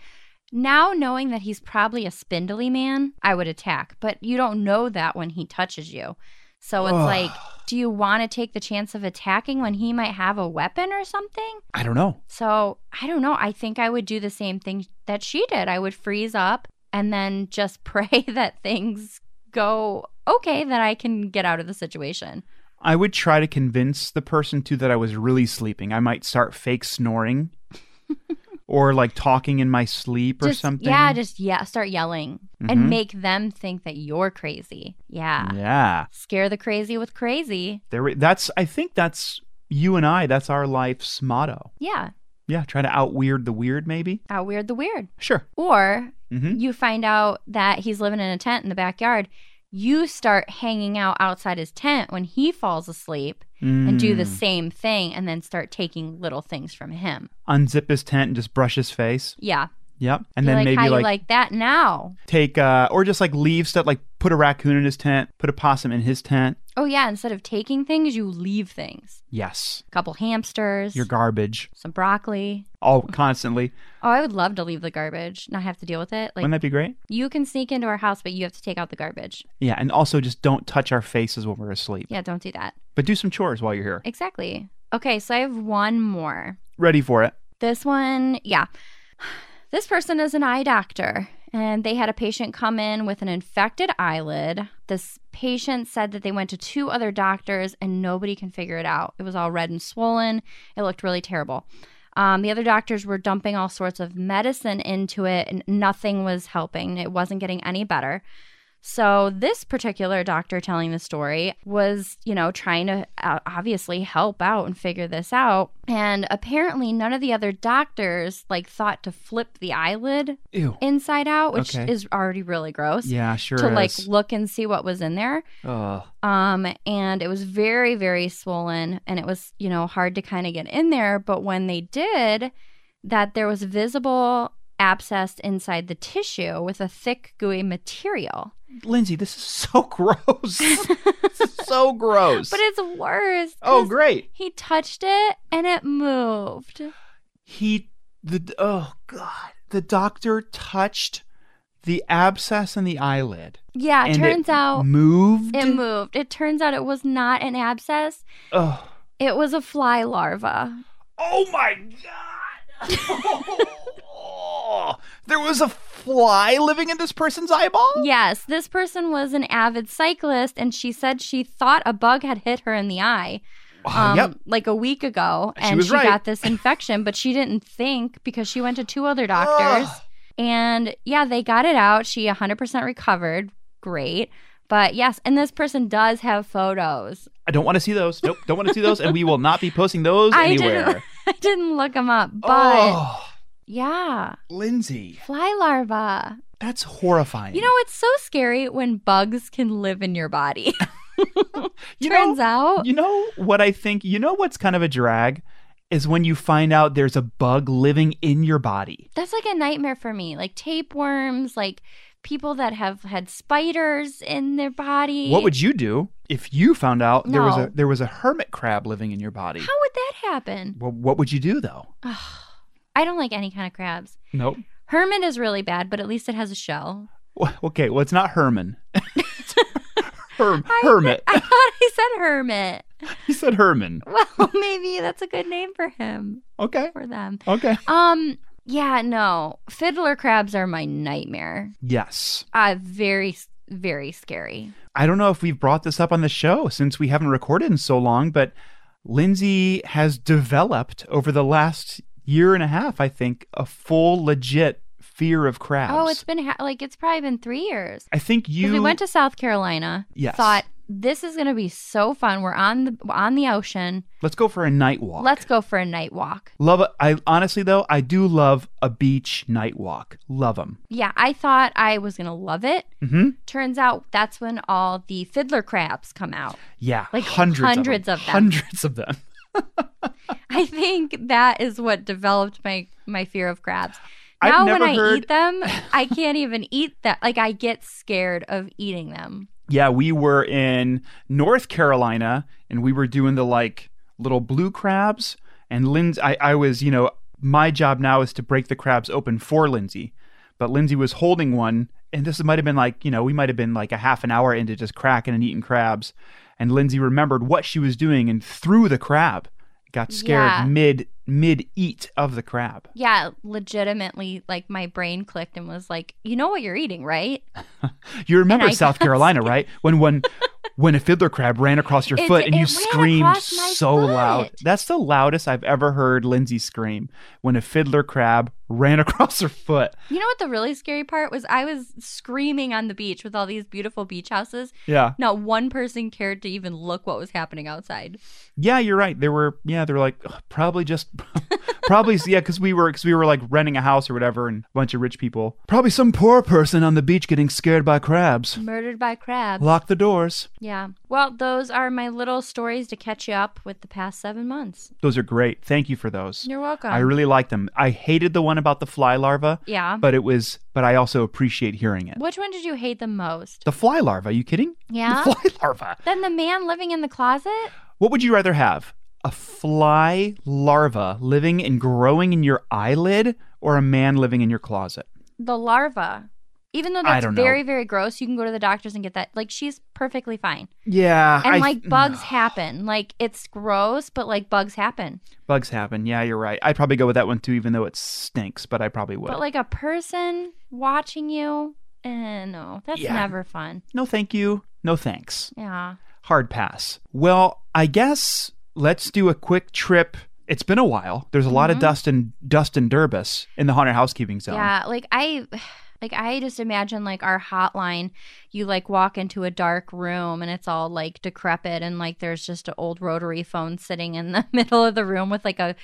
Speaker 2: now knowing that he's probably a spindly man, I would attack, but you don't know that when he touches you. So it's
Speaker 1: Ugh.
Speaker 2: like, do you want to take the chance of attacking when he might have a weapon or something?
Speaker 1: I don't know.
Speaker 2: So I don't know. I think I would do the same thing that she did. I would freeze up and then just pray that things go okay, that I can get out of the situation.
Speaker 1: I would try to convince the person too that I was really sleeping. I might start fake snoring or like talking in my sleep or
Speaker 2: Just-
Speaker 1: something.
Speaker 2: Yeah, just yeah, start yelling
Speaker 1: Mhm.
Speaker 2: and make them think that you're crazy. Yeah.
Speaker 1: Mm-hmm. yeah.
Speaker 2: Scare the crazy with crazy.
Speaker 1: There we- that's I think that's you and I, that's our life's motto.
Speaker 2: Yeah.
Speaker 1: Yeah, try to out weird the weird maybe.
Speaker 2: Out weird the weird.
Speaker 1: Sure.
Speaker 2: Or
Speaker 1: Mhm.
Speaker 2: you find out that he's living in a tent in the backyard. You start hanging out outside his tent when he falls asleep and do the
Speaker 1: Mm.
Speaker 2: same thing and then start taking little things from him.
Speaker 1: unzip his tent and just brush his face.
Speaker 2: Yeah.
Speaker 1: Yep. And
Speaker 2: Be
Speaker 1: then
Speaker 2: like,
Speaker 1: maybe
Speaker 2: how you
Speaker 1: like,
Speaker 2: like that now?
Speaker 1: take uh or just like leave stuff like put a raccoon in his tent, put a possum in his tent.
Speaker 2: Oh yeah, instead of taking things, you leave things.
Speaker 1: Yes.
Speaker 2: A couple hamsters,
Speaker 1: Your garbage.
Speaker 2: some broccoli.
Speaker 1: All constantly.
Speaker 2: Oh, I would love to leave the garbage, not have to deal with it. Like
Speaker 1: Wouldn't that be great?
Speaker 2: you can sneak into our house, but you have to take out the garbage.
Speaker 1: Yeah, and also just don't touch our faces when we're asleep.
Speaker 2: Yeah, don't do that.
Speaker 1: But do some chores while you're here.
Speaker 2: Exactly. Okay, so I have one more.
Speaker 1: Ready for it.
Speaker 2: This one, yeah. This person is an eye doctor, and they had a patient come in with an infected eyelid. This patient said that they went to two other doctors and nobody can figure it out. It was all red and swollen, it looked really terrible. Um, the other doctors were dumping all sorts of medicine into it, and nothing was helping. It wasn't getting any better. So, this particular doctor telling the story was, you know, trying to uh, obviously help out and figure this out. And apparently, none of the other doctors like thought to flip the eyelid
Speaker 1: Ew.
Speaker 2: inside out, which
Speaker 1: Okay.
Speaker 2: is already really gross.
Speaker 1: Yeah, sure.
Speaker 2: to like
Speaker 1: is.
Speaker 2: look and see what was in there.
Speaker 1: Ugh.
Speaker 2: Um, and it was very, very swollen and it was, you know, hard to kind of get in there. But when they did, that there was visible abscess inside the tissue with a thick, gooey material.
Speaker 1: Lindsay, this is so gross. This is so gross.
Speaker 2: But it's worse.
Speaker 1: oh,
Speaker 2: 'cause
Speaker 1: great.
Speaker 2: He touched it and it moved.
Speaker 1: He the oh god. The doctor touched the abscess in the eyelid.
Speaker 2: Yeah, it
Speaker 1: and
Speaker 2: turns
Speaker 1: it
Speaker 2: out
Speaker 1: moved.
Speaker 2: it moved. It turns out it was not an abscess.
Speaker 1: Ugh.
Speaker 2: It was a fly larva.
Speaker 1: Oh my god! Oh. there was a fly living in this person's eyeball?
Speaker 2: Yes, this person was an avid cyclist and she said she thought a bug had hit her in the eye um,
Speaker 1: Ah, yep.
Speaker 2: like a week ago
Speaker 1: She
Speaker 2: and
Speaker 1: was
Speaker 2: she,
Speaker 1: right.
Speaker 2: got this infection, but she didn't think because she went to two other doctors.
Speaker 1: Ugh.
Speaker 2: And yeah, they got it out. She 100% recovered. Great. But yes, and this person does have photos.
Speaker 1: I don't want to see those. Nope, don't want to see those. And we will not be posting those
Speaker 2: I
Speaker 1: anywhere.
Speaker 2: didn't, I didn't look them up, but
Speaker 1: oh,
Speaker 2: yeah,
Speaker 1: Lindsay,
Speaker 2: fly larva.
Speaker 1: that's horrifying.
Speaker 2: You know, it's so scary when bugs can live in your body.
Speaker 1: you
Speaker 2: Turns
Speaker 1: know,
Speaker 2: out,
Speaker 1: you know what I think? You know what's kind of a drag? Is when you find out there's a bug living in your body.
Speaker 2: that's like a nightmare for me. Like tapeworms, like people that have had spiders in their body.
Speaker 1: What would you do if you found out there was
Speaker 2: No.
Speaker 1: a there was a hermit crab living in your body?
Speaker 2: How would that happen?
Speaker 1: Well, what would you do though?
Speaker 2: I don't like any kind of crabs.
Speaker 1: Nope.
Speaker 2: Hermit is really bad, but at least it has a shell.
Speaker 1: Well, okay, well, it's not Herman. It's Herm-
Speaker 2: I-
Speaker 1: hermit.
Speaker 2: I thought I said hermit.
Speaker 1: He said Herman.
Speaker 2: Well, maybe that's a good name for him
Speaker 1: Okay.
Speaker 2: for them.
Speaker 1: Okay.
Speaker 2: Um, yeah, no. Fiddler crabs are my nightmare.
Speaker 1: Yes.
Speaker 2: Uh very very scary.
Speaker 1: I don't know if we've brought this up on the show since we haven't recorded in so long, but Lindsay has developed over the last year and a half, I think, a full legit fear of crabs.
Speaker 2: Oh, it's been ha- like it's probably been 3 years.
Speaker 1: I think
Speaker 2: 'Cause
Speaker 1: you
Speaker 2: we went to South Carolina.
Speaker 1: Yes.
Speaker 2: Thought this is going to be so fun. We're on the on the ocean.
Speaker 1: Let's go for a night walk.
Speaker 2: Let's go for a night walk.
Speaker 1: Love a- I honestly though, I do love a beach night walk. Love them.
Speaker 2: Yeah, I thought I was going to love it.
Speaker 1: Mhm.
Speaker 2: Turns out that's when all the fiddler crabs come out.
Speaker 1: Yeah.
Speaker 2: Like
Speaker 1: hundreds
Speaker 2: hundreds
Speaker 1: of
Speaker 2: of
Speaker 1: them.
Speaker 2: them.
Speaker 1: Hundreds of them.
Speaker 2: I think that is what developed my my fear of crabs.
Speaker 1: I've
Speaker 2: Now
Speaker 1: never
Speaker 2: when I
Speaker 1: heard-
Speaker 2: eat them, I can't even eat that. Like I get scared of eating them.
Speaker 1: yeah, we were in North Carolina and we were doing the like little blue crabs. And Lindsay, I, I was, you know, my job now is to break the crabs open for Lindsay. But Lindsay was holding one. And this might have been like, you know, we might have been like a half an hour into just cracking and eating crabs. And Lindsay remembered what she was doing and threw the crab. Got scared
Speaker 2: Yeah.
Speaker 1: mid mid eat of the crab.
Speaker 2: Yeah, legitimately, like my brain clicked and was like, "You know what you're eating, right?"
Speaker 1: You remember
Speaker 2: I
Speaker 1: South
Speaker 2: got
Speaker 1: Carolina, right? When when when a fiddler crab ran across your
Speaker 2: It-
Speaker 1: foot and
Speaker 2: it
Speaker 1: you
Speaker 2: ran
Speaker 1: screamed
Speaker 2: across my
Speaker 1: so loud.
Speaker 2: foot.
Speaker 1: That's the loudest I've ever heard Lindsay scream when a fiddler crab ran across her foot.
Speaker 2: You know what the really scary part was? I was screaming on the beach with all these beautiful beach houses.
Speaker 1: Yeah.
Speaker 2: Not one person cared to even look what was happening outside.
Speaker 1: Yeah, you're right. There were yeah, they were like "Ugh, probably just probably yeah, because we were because we were like renting a house or whatever, and a bunch of rich people. Probably some poor person on the beach getting scared by crabs.
Speaker 2: Murdered by crabs.
Speaker 1: Lock the doors.
Speaker 2: Yeah. Well, those are my little stories to catch you up with the past seven months.
Speaker 1: Those are great. Thank you for those.
Speaker 2: You're welcome.
Speaker 1: I really like them. I hated the one about the fly larva,
Speaker 2: yeah.
Speaker 1: but it was. But I also appreciate hearing it.
Speaker 2: Which one did you hate the most?
Speaker 1: The fly larva. Are you kidding?
Speaker 2: Yeah.
Speaker 1: The fly larva.
Speaker 2: Then the man living in the closet?
Speaker 1: What would you rather have? A fly larva living and growing in your eyelid or a man living in your closet?
Speaker 2: The larva. Even though
Speaker 1: I
Speaker 2: that's
Speaker 1: don't know.
Speaker 2: very, very gross, you can go to the doctors and get that. Like, she's perfectly fine.
Speaker 1: Yeah.
Speaker 2: And,
Speaker 1: I-
Speaker 2: like, bugs happen. Like, it's gross, but, like, bugs happen.
Speaker 1: Bugs happen. Yeah, you're right. I'd probably go with that one too, even though it stinks, but I probably would.
Speaker 2: But, like, a person watching you, eh, no, that's
Speaker 1: Yeah.
Speaker 2: never fun.
Speaker 1: no, thank you. No, thanks.
Speaker 2: Yeah.
Speaker 1: Hard pass. Well, I guess let's do a quick trip. It's been a while. There's a lot of dust and dust and Durbus in the haunted housekeeping zone.
Speaker 2: Mm-hmm. Yeah, like I like I just imagine like our hotline, you like walk into a dark room and it's all like decrepit and like there's just an old rotary phone sitting in the middle of the room with like a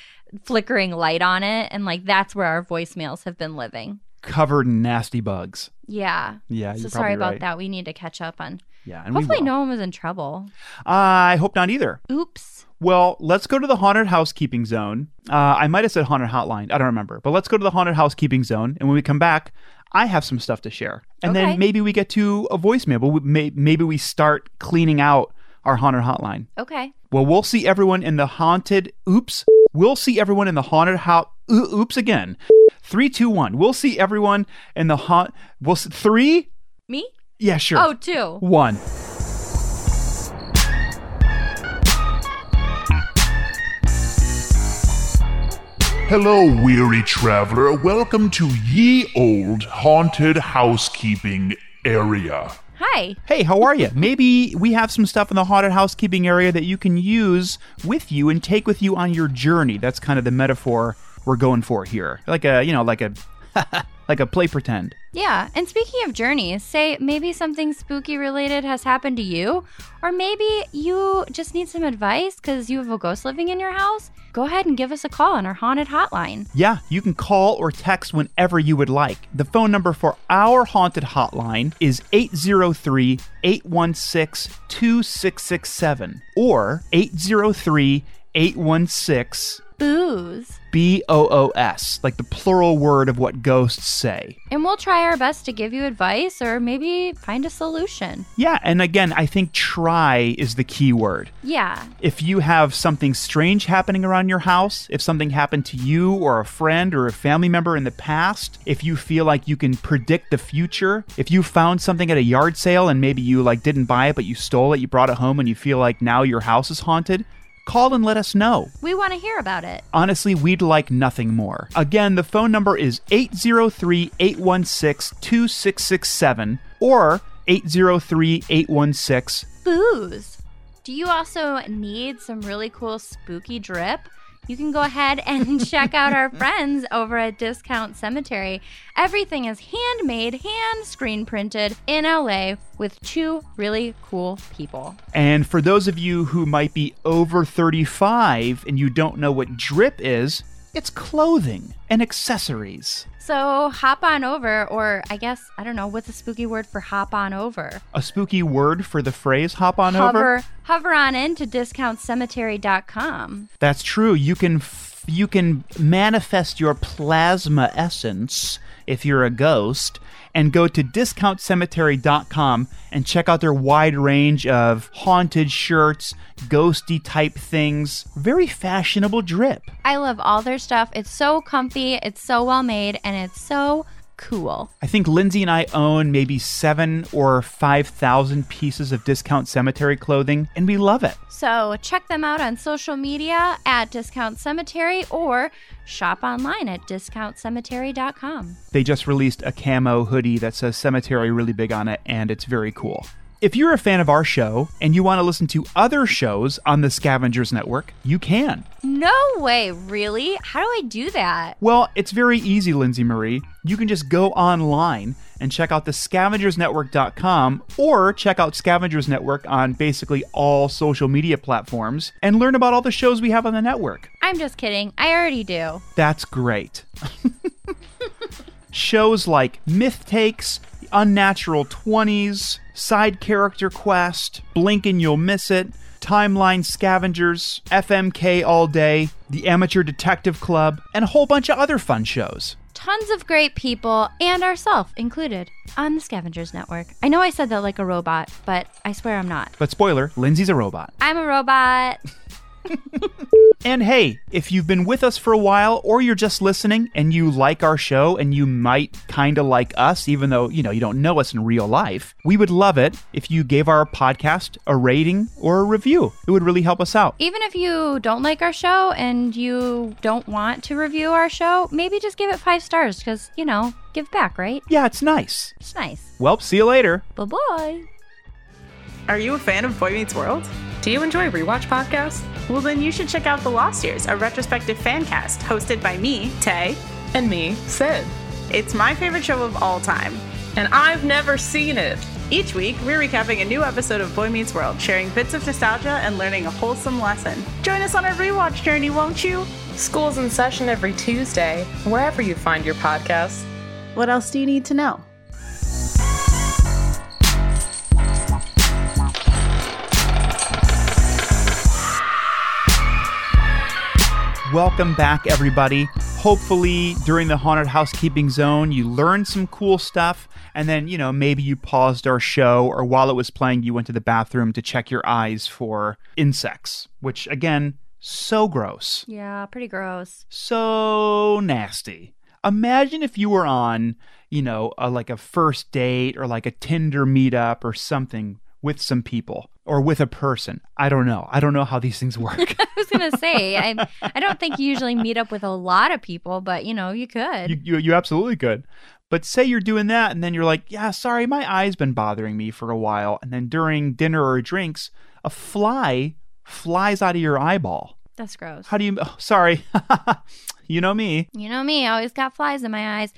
Speaker 2: flickering light on it and like that's where our voicemails have been living.
Speaker 1: Covered in nasty bugs.
Speaker 2: Yeah.
Speaker 1: Yeah,
Speaker 2: so
Speaker 1: you're probably
Speaker 2: sorry about
Speaker 1: right.
Speaker 2: that. We need to catch up on.
Speaker 1: Yeah, and
Speaker 2: Hopefully
Speaker 1: we will. Uh,
Speaker 2: no one was in trouble.
Speaker 1: I hope not either.
Speaker 2: Oops.
Speaker 1: Well, let's go to the haunted housekeeping zone. Uh, I might have said haunted hotline. I don't remember. But let's go to the haunted housekeeping zone. And when we come back, I have some stuff to share. And
Speaker 2: Okay.
Speaker 1: then maybe we get to a voicemail. But we, may, maybe we start cleaning out our haunted hotline.
Speaker 2: Okay.
Speaker 1: Well, we'll see everyone in the haunted. Oops. We'll see everyone in the haunted house. Oops again. Three, two, one. We'll see everyone in the haunt. We'll see, three.
Speaker 2: Me?
Speaker 1: Yeah, sure.
Speaker 2: Oh, two.
Speaker 1: One.
Speaker 3: Hello, weary traveler. Welcome to ye old haunted housekeeping area.
Speaker 2: Hi.
Speaker 1: Hey, how are you? Maybe we have some stuff in the haunted housekeeping area that you can use with you and take with you on your journey. That's kind of the metaphor we're going for here. Like a, you know, like a like a play pretend.
Speaker 2: Yeah, and speaking of journeys, say maybe something spooky related has happened to you, or maybe you just need some advice because you have a ghost living in your house. Go ahead and give us a call on our haunted hotline.
Speaker 1: Yeah, you can call or text whenever you would like. The phone number for our haunted hotline is 803 816 2667 or 803 816
Speaker 2: Booze.
Speaker 1: B O O S, like the plural word of what ghosts say.
Speaker 2: And we'll try our best to give you advice or maybe find a solution.
Speaker 1: Yeah, and again, I think try is the key word.
Speaker 2: Yeah,
Speaker 1: If you have something strange happening around your house, if something happened to you or a friend or a family member in the past, if you feel like you can predict the future, if you found something at a yard sale and maybe you like didn't buy it but you stole it, you brought it home and you feel like now your house is haunted, call and let us know.
Speaker 2: we want to hear about it.
Speaker 1: Honestly, we'd like nothing more. Again, the phone number is 803 816 2667 or 803 816.
Speaker 2: Booze. Do you also need some really cool spooky drip? You can go ahead and check out our friends over at Discount Cemetery. Everything is handmade, hand screen printed in LA with two really cool people.
Speaker 1: And for those of you who might be over 35 and you don't know what drip is, it's clothing and accessories.
Speaker 2: So hop on over, or I guess, I don't know, what's the spooky word for hop on over?
Speaker 1: A spooky word for the phrase hop on over?
Speaker 2: Hover, hover on into discountcemetery.com.
Speaker 1: That's true. You can f- you can manifest your plasma essence if you're a ghost and go to discountcemetery.com and check out their wide range of haunted shirts, ghosty type things, very fashionable drip.
Speaker 2: I love all their stuff. It's so comfy, it's so well made, and it's so cool.
Speaker 1: I think Lindsay and I own maybe 7 or 5,000 pieces of discount cemetery clothing and we love it.
Speaker 2: So check them out on social media at Discount Cemetery or shop online at discountcemetery.com.
Speaker 1: They just released a camo hoodie that says cemetery really big on it, and it's very cool. If you're a fan of our show and you want to listen to other shows on the Scavengers Network, you can.
Speaker 2: No way, really? How do I do that?
Speaker 1: Well, it's very easy, Lindsay Marie. You can just go online and check out the scavengersnetwork.com or check out Scavengers Network on basically all social media platforms and learn about all the shows we have on the network.
Speaker 2: I I'm just kidding. I already do.
Speaker 1: That's great. Shows like Myth Takes, The Unnatural 20s, Side Character Quest, Blink and You'll Miss It, Timeline Scavengers, FMK All Day, The Amateur Detective Club, and a whole bunch of other fun shows.
Speaker 2: Tons of great people, and ourselves included, on the Scavengers Network. I know I said that like a robot, but I swear I'm not.
Speaker 1: But spoiler, Lindsay's a robot.
Speaker 2: I'm a robot.
Speaker 1: And hey, if you've been with us for a while or you're just listening and you like our show and you might kind of like us even though, you know, you don't know us in real life, we would love it if you gave our podcast a rating or a review. It would really help us out.
Speaker 2: Even if you don't like our show and you don't want to review our show, maybe just give it five stars because, you know, give back, right?
Speaker 1: Yeah, it's nice.
Speaker 2: It's nice.
Speaker 1: Well, see you later.
Speaker 2: Bye bye.
Speaker 4: Are you a fan of Boy Meets World? Do you enjoy rewatch podcasts? Well, then you should check out The Lost Years, a retrospective fan cast hosted by me, Tay.
Speaker 5: And me, Sid.
Speaker 4: It's my favorite show of all time.
Speaker 5: And I've never seen it.
Speaker 4: Each week, we're recapping a new episode of Boy Meets World, sharing bits of nostalgia and learning a wholesome lesson. Join us on our rewatch journey, won't you?
Speaker 5: School's in session every Tuesday, wherever you find your podcasts.
Speaker 4: What else do you need to know?
Speaker 1: Welcome back, everybody. Hopefully, during the haunted housekeeping zone, you learned some cool stuff, and then, you know, maybe you paused our show, or while it was playing, you went to the bathroom to check your eyes for insects, which, again, so gross,
Speaker 2: Yeah, pretty gross.
Speaker 1: so nasty. Imagine if you were on, you know, a, like a first date or like a Tinder meetup or something with some people or with a person. I don't know. I don't know how these things work.
Speaker 2: I was going to say, I, I don't think you usually meet up with a lot of people, but, you know, you could.
Speaker 1: You, you, you absolutely could. But say you're doing that and then you're like, yeah, sorry, my eye's been bothering me for a while. And then during dinner or drinks, a fly flies out of your eyeball.
Speaker 2: That's gross.
Speaker 1: How do you, oh, sorry, you know me.
Speaker 2: You know me, I always got flies in my eyes.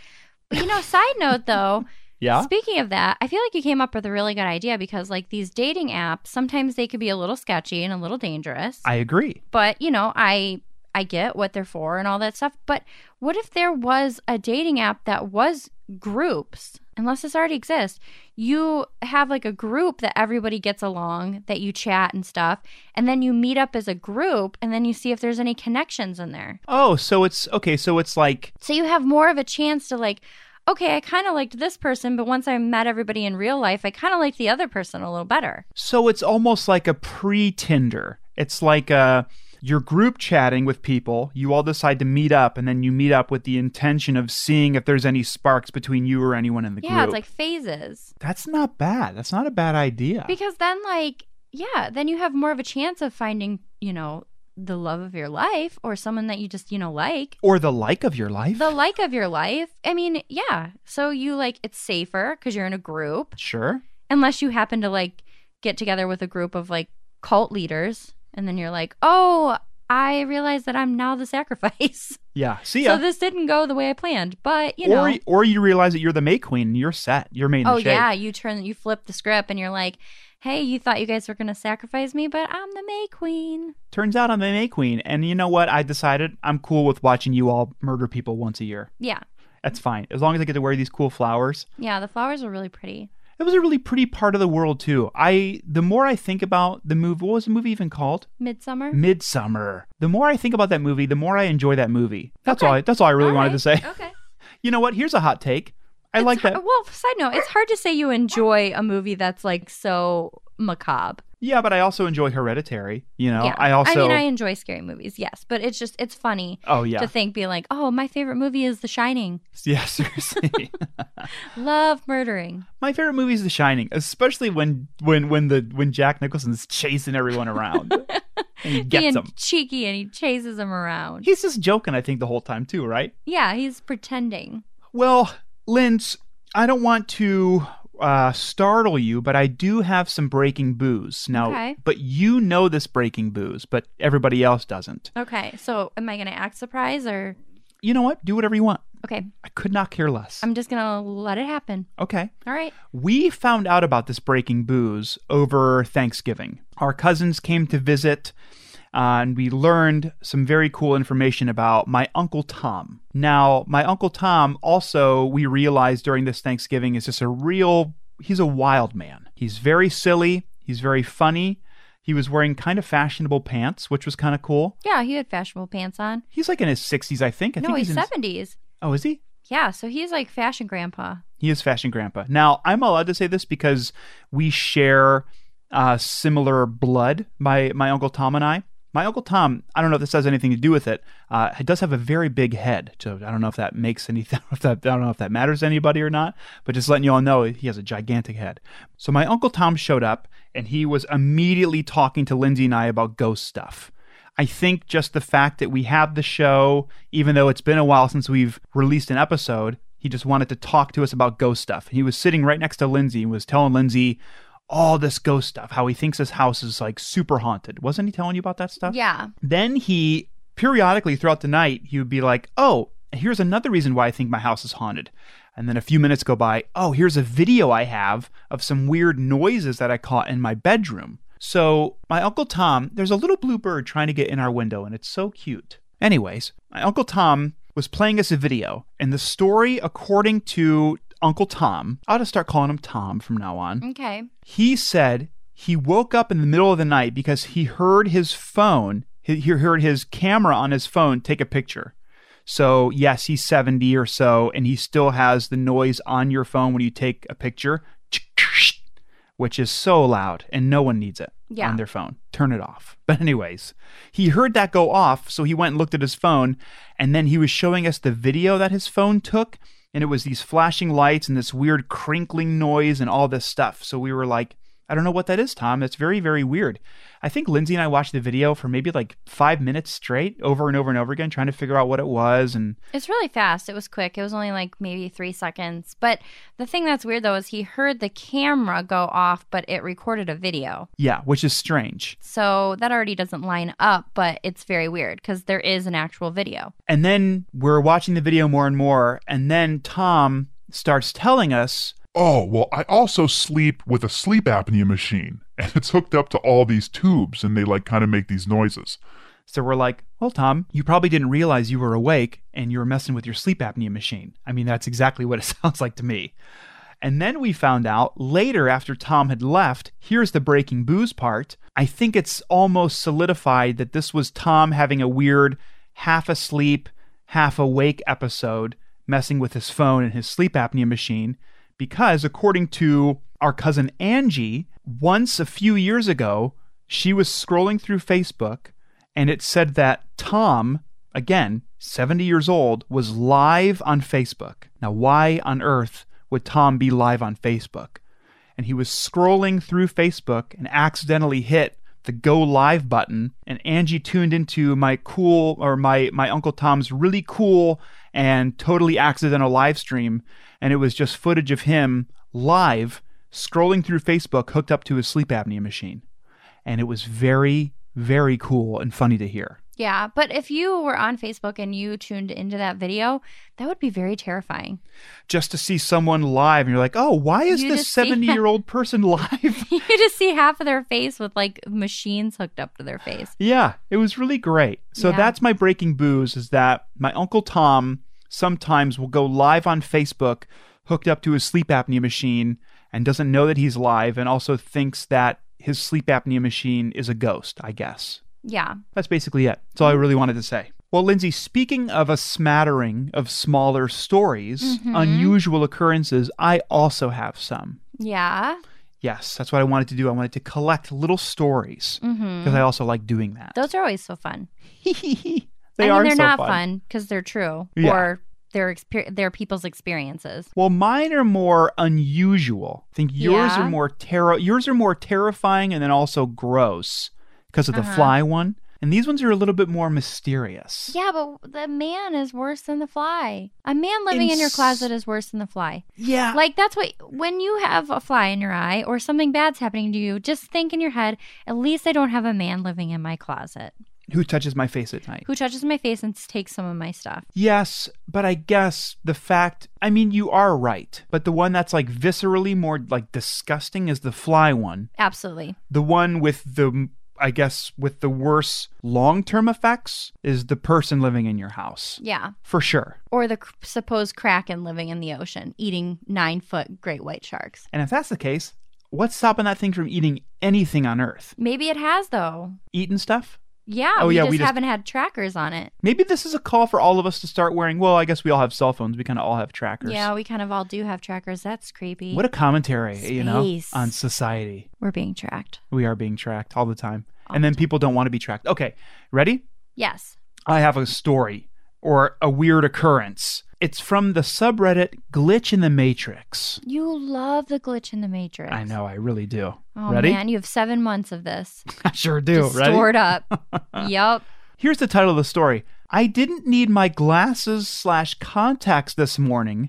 Speaker 2: But, you know, side note though,
Speaker 1: Yeah.
Speaker 2: Speaking of that, I feel like you came up with a really good idea because, like, these dating apps, sometimes they could be a little sketchy and a little dangerous.
Speaker 1: I agree.
Speaker 2: but, you know, I I get what they're for and all that stuff. But what if there was a dating app that was groups? Unless this already exists, you have like a group that everybody gets along that you chat and stuff, and then you meet up as a group and then you see if there's any connections in there.
Speaker 1: Oh, so it's okay. So it's like,
Speaker 2: So you have more of a chance to like, okay, I kind of liked this person, but once I met everybody in real life, I kind of liked the other person a little better.
Speaker 1: so it's almost like a pre Tinder. It's like uh you're group chatting with people. You all decide to meet up, and then you meet up with the intention of seeing if there's any sparks between you or anyone in the group.
Speaker 2: Yeah, it's like phases.
Speaker 1: That's not bad. That's not a bad idea.
Speaker 2: Because then, like, yeah, then you have more of a chance of finding, you know, the love of your life or someone that you just, you know, like.
Speaker 1: or the like of your life.
Speaker 2: The like of your life. I mean, yeah. So you like it's safer because you're in a group,
Speaker 1: sure.
Speaker 2: unless you happen to like get together with a group of like cult leaders, and then you're like, oh, I realize that I'm now the sacrifice.
Speaker 1: Yeah. See ya.
Speaker 2: So this didn't go the way I planned, but you know.
Speaker 1: Or or you realize that you're the May Queen and you're set. You're made in
Speaker 2: oh
Speaker 1: shape.
Speaker 2: yeah, you turn you flip the script and you're like, "Hey, you thought you guys were going to sacrifice me, but I'm the May Queen."
Speaker 1: Turns out I'm the May Queen, and you know what? I decided I'm cool with watching you all murder people once a year.
Speaker 2: Yeah.
Speaker 1: That's fine as long as I get to wear these cool flowers.
Speaker 2: Yeah, the flowers were really pretty.
Speaker 1: It was a really pretty part of the world too. I the more I think about the movie, what was the movie even called?
Speaker 2: Midsummer?
Speaker 1: Midsummer. The more I think about that movie, the more I enjoy that movie. That's
Speaker 2: Okay.
Speaker 1: all. I, that's all I really
Speaker 2: All
Speaker 1: wanted to say.
Speaker 2: right, Okay.
Speaker 1: You know what? Here's a hot take. I
Speaker 2: It's
Speaker 1: like
Speaker 2: har-
Speaker 1: that.
Speaker 2: Well, side note, it's hard to say you enjoy a movie that's like so macabre.
Speaker 1: Yeah, but I also enjoy Hereditary. You know,
Speaker 2: yeah.
Speaker 1: I also.
Speaker 2: mean, I enjoy scary movies, yes, but it's just it's funny
Speaker 1: oh yeah,
Speaker 2: to think being like, "Oh, my favorite movie is The Shining."
Speaker 1: yeah. Seriously,
Speaker 2: Love murdering.
Speaker 1: my favorite movie is The Shining, especially when when when the when Jack Nicholson's chasing everyone around and he gets
Speaker 2: Being
Speaker 1: them.
Speaker 2: cheeky and he chases him around.
Speaker 1: He's just joking, I think, the whole time too, right?
Speaker 2: Yeah, he's pretending.
Speaker 1: Well, Linz, I don't want to uh, startle you, but I do have some breaking booze now.
Speaker 2: Okay.
Speaker 1: But you know this breaking booze, but everybody else doesn't.
Speaker 2: Okay, so am I going to act surprised or?
Speaker 1: You know what? Do whatever you want.
Speaker 2: Okay,
Speaker 1: I could not care less.
Speaker 2: I'm just going to let it happen.
Speaker 1: okay.
Speaker 2: All right.
Speaker 1: We found out about this breaking booze over Thanksgiving. Our cousins came to visit. uh, and we learned some very cool information about my Uncle Tom. Now, my Uncle Tom also, we realized during this Thanksgiving, is just a real, he's a wild man. He's very silly, he's very funny. He was wearing kind of fashionable pants, which was kind of cool.
Speaker 2: Yeah, he had fashionable pants on.
Speaker 1: He's like in his 60s, I think. I
Speaker 2: no,
Speaker 1: think
Speaker 2: he's
Speaker 1: in his-
Speaker 2: 70s.
Speaker 1: oh, is he?
Speaker 2: Yeah, so he's like fashion grandpa.
Speaker 1: He is fashion grandpa. Now, I'm allowed to say this because we share uh, similar blood. My my uncle Tom and I. My uncle Tom. I don't know if this has anything to do with it. Uh, he does have a very big head, so I don't know if that makes anything. If that, I don't know if that matters to anybody or not. But just letting you all know, he has a gigantic head. So my uncle Tom showed up, and he was immediately talking to Lindsay and I about ghost stuff. I think just the fact that we have the show, even though it's been a while since we've released an episode, he just wanted to talk to us about ghost stuff. He was sitting right next to Lindsay and was telling Lindsay all this ghost stuff, how he thinks his house is like super haunted. Wasn't he telling you about that stuff?
Speaker 2: Yeah.
Speaker 1: Then he periodically throughout the night, he would be like, "Oh, here's another reason why I think my house is haunted." And then a few minutes go by, "Oh, here's a video I have of some weird noises that I caught in my bedroom." So, my uncle Tom, there's a little blue bird trying to get in our window and it's so cute. Anyways, my uncle Tom was playing us a video, and the story according to Uncle Tom, I'll just start calling him Tom from now on.
Speaker 2: Okay.
Speaker 1: He said he woke up in the middle of the night because he heard his phone, he he heard his camera on his phone take a picture. So, yes, he's 70 or so, and he still has the noise on your phone when you take a picture, which is so loud, and no one needs it
Speaker 2: Yeah.
Speaker 1: on their phone. Turn it off. But, anyways, he heard that go off, so he went and looked at his phone, and then he was showing us the video that his phone took, and it was these flashing lights and this weird crinkling noise and all this stuff. So, we were like, I don't know what that is, Tom. That's very, very weird. I think Lindsay and I watched the video for maybe like five minutes straight, over and over and over again, trying to figure out what it was. And
Speaker 2: It's really fast. It was quick. It was only like maybe three seconds. But the thing that's weird though is he heard the camera go off, but it recorded a video.
Speaker 1: yeah, which is strange.
Speaker 2: So that already doesn't line up, but it's very weird because there is an actual video.
Speaker 1: And then we're watching the video more and more. And then Tom starts telling us,
Speaker 3: Oh, well, I also sleep with a sleep apnea machine, and it's hooked up to all these tubes, and they like kind of make these noises.
Speaker 1: so we're like, well, Tom, you probably didn't realize you were awake and you were messing with your sleep apnea machine. I mean, that's exactly what it sounds like to me. And then we found out later after Tom had left, here's the breaking booze part. I think it's almost solidified that this was Tom having a weird half asleep, half awake episode, messing with his phone and his sleep apnea machine. Because according to our cousin Angie, once a few years ago, she was scrolling through Facebook and it said that Tom, again, 70 years old, was live on Facebook. Now, why on earth would Tom be live on Facebook? And he was scrolling through Facebook and accidentally hit the go live button. And Angie tuned into my cool or my, my Uncle Tom's really cool and totally accidental live stream. And it was just footage of him live scrolling through Facebook hooked up to his sleep apnea machine and it was very very cool and funny to hear
Speaker 2: Yeah. But if you were on Facebook and you tuned into that video, that would be very terrifying.
Speaker 1: just to see someone live and you're like oh why is
Speaker 2: You
Speaker 1: this
Speaker 2: just see-
Speaker 1: 70 year old person live
Speaker 2: you just see half of their face with like machines hooked up to their face.
Speaker 1: yeah it was really great so
Speaker 2: Yeah.
Speaker 1: that's my breaking booze is that my uncle tom sometimes will go live on facebook hooked up to his sleep apnea machine and doesn't know that he's live and also thinks that his sleep apnea machine is a ghost i guess
Speaker 2: Yeah.
Speaker 1: That's basically it. That's all I really wanted to say. Well, Lindsay, speaking of a smattering of smaller stories,
Speaker 2: Mm-hmm.
Speaker 1: unusual occurrences, I also have some.
Speaker 2: Yeah.
Speaker 1: Yes, that's what I wanted to do. I wanted to collect little stories because I also like doing that.
Speaker 2: Mm-hmm. Those are always so fun.
Speaker 1: they
Speaker 2: I mean,
Speaker 1: are
Speaker 2: they're
Speaker 1: so
Speaker 2: not
Speaker 1: fun.
Speaker 2: fun because they're true
Speaker 1: Yeah.
Speaker 2: or they're exper- they're people's experiences.
Speaker 1: Well, mine are more unusual. I think yours
Speaker 2: Yeah.
Speaker 1: are more terror. Yours are more terrifying and then also gross because of the
Speaker 2: Uh-huh.
Speaker 1: fly one. And these ones are a little bit more mysterious.
Speaker 2: Yeah, but the man is worse than the fly. A man living in, your
Speaker 1: Ins-
Speaker 2: closet is worse than the fly.
Speaker 1: Yeah.
Speaker 2: Like that's what when you have a fly in your eye or something bad's happening to you, just think in your head, at least I don't have a man living in my closet
Speaker 1: Who touches my face at night?
Speaker 2: who touches my face and takes some of my stuff.
Speaker 1: Yes, but I guess the fact, I mean, you are right. But the one that's like viscerally more like disgusting is the fly one.
Speaker 2: Absolutely.
Speaker 1: The one with the, I guess, with the worse long term effects is the person living in your house.
Speaker 2: Yeah.
Speaker 1: For sure.
Speaker 2: Or the cr- supposed kraken living in the ocean, eating nine foot great white sharks.
Speaker 1: And if that's the case, what's stopping that thing from eating anything on Earth?
Speaker 2: Maybe it has, though.
Speaker 1: Eating stuff?
Speaker 2: Yeah.
Speaker 1: Oh,
Speaker 2: we
Speaker 1: yeah,
Speaker 2: just
Speaker 1: we just-
Speaker 2: haven't had trackers on it.
Speaker 1: Maybe this is a call for all of us to start wearing. Well, I guess we all have cell phones. We kind of all have trackers.
Speaker 2: Yeah, we kind of all do have trackers. That's creepy.
Speaker 1: What a commentary, you know,
Speaker 2: Space.
Speaker 1: on society.
Speaker 2: We're being tracked.
Speaker 1: We are being tracked all the time.
Speaker 2: All
Speaker 1: and
Speaker 2: the
Speaker 1: then people don't want to be tracked. Okay, ready?
Speaker 2: Yes.
Speaker 1: I have a story or a weird occurrence. It's from the subreddit Glitch in the Matrix.
Speaker 2: You love the glitch in the matrix.
Speaker 1: I know, I really do.
Speaker 2: Oh,
Speaker 1: ready?
Speaker 2: man. You have seven months of this
Speaker 1: I sure do.
Speaker 2: just
Speaker 1: Ready?
Speaker 2: stored up. yep.
Speaker 1: Here's the title of the story. I didn't need my glasses slash contacts this morning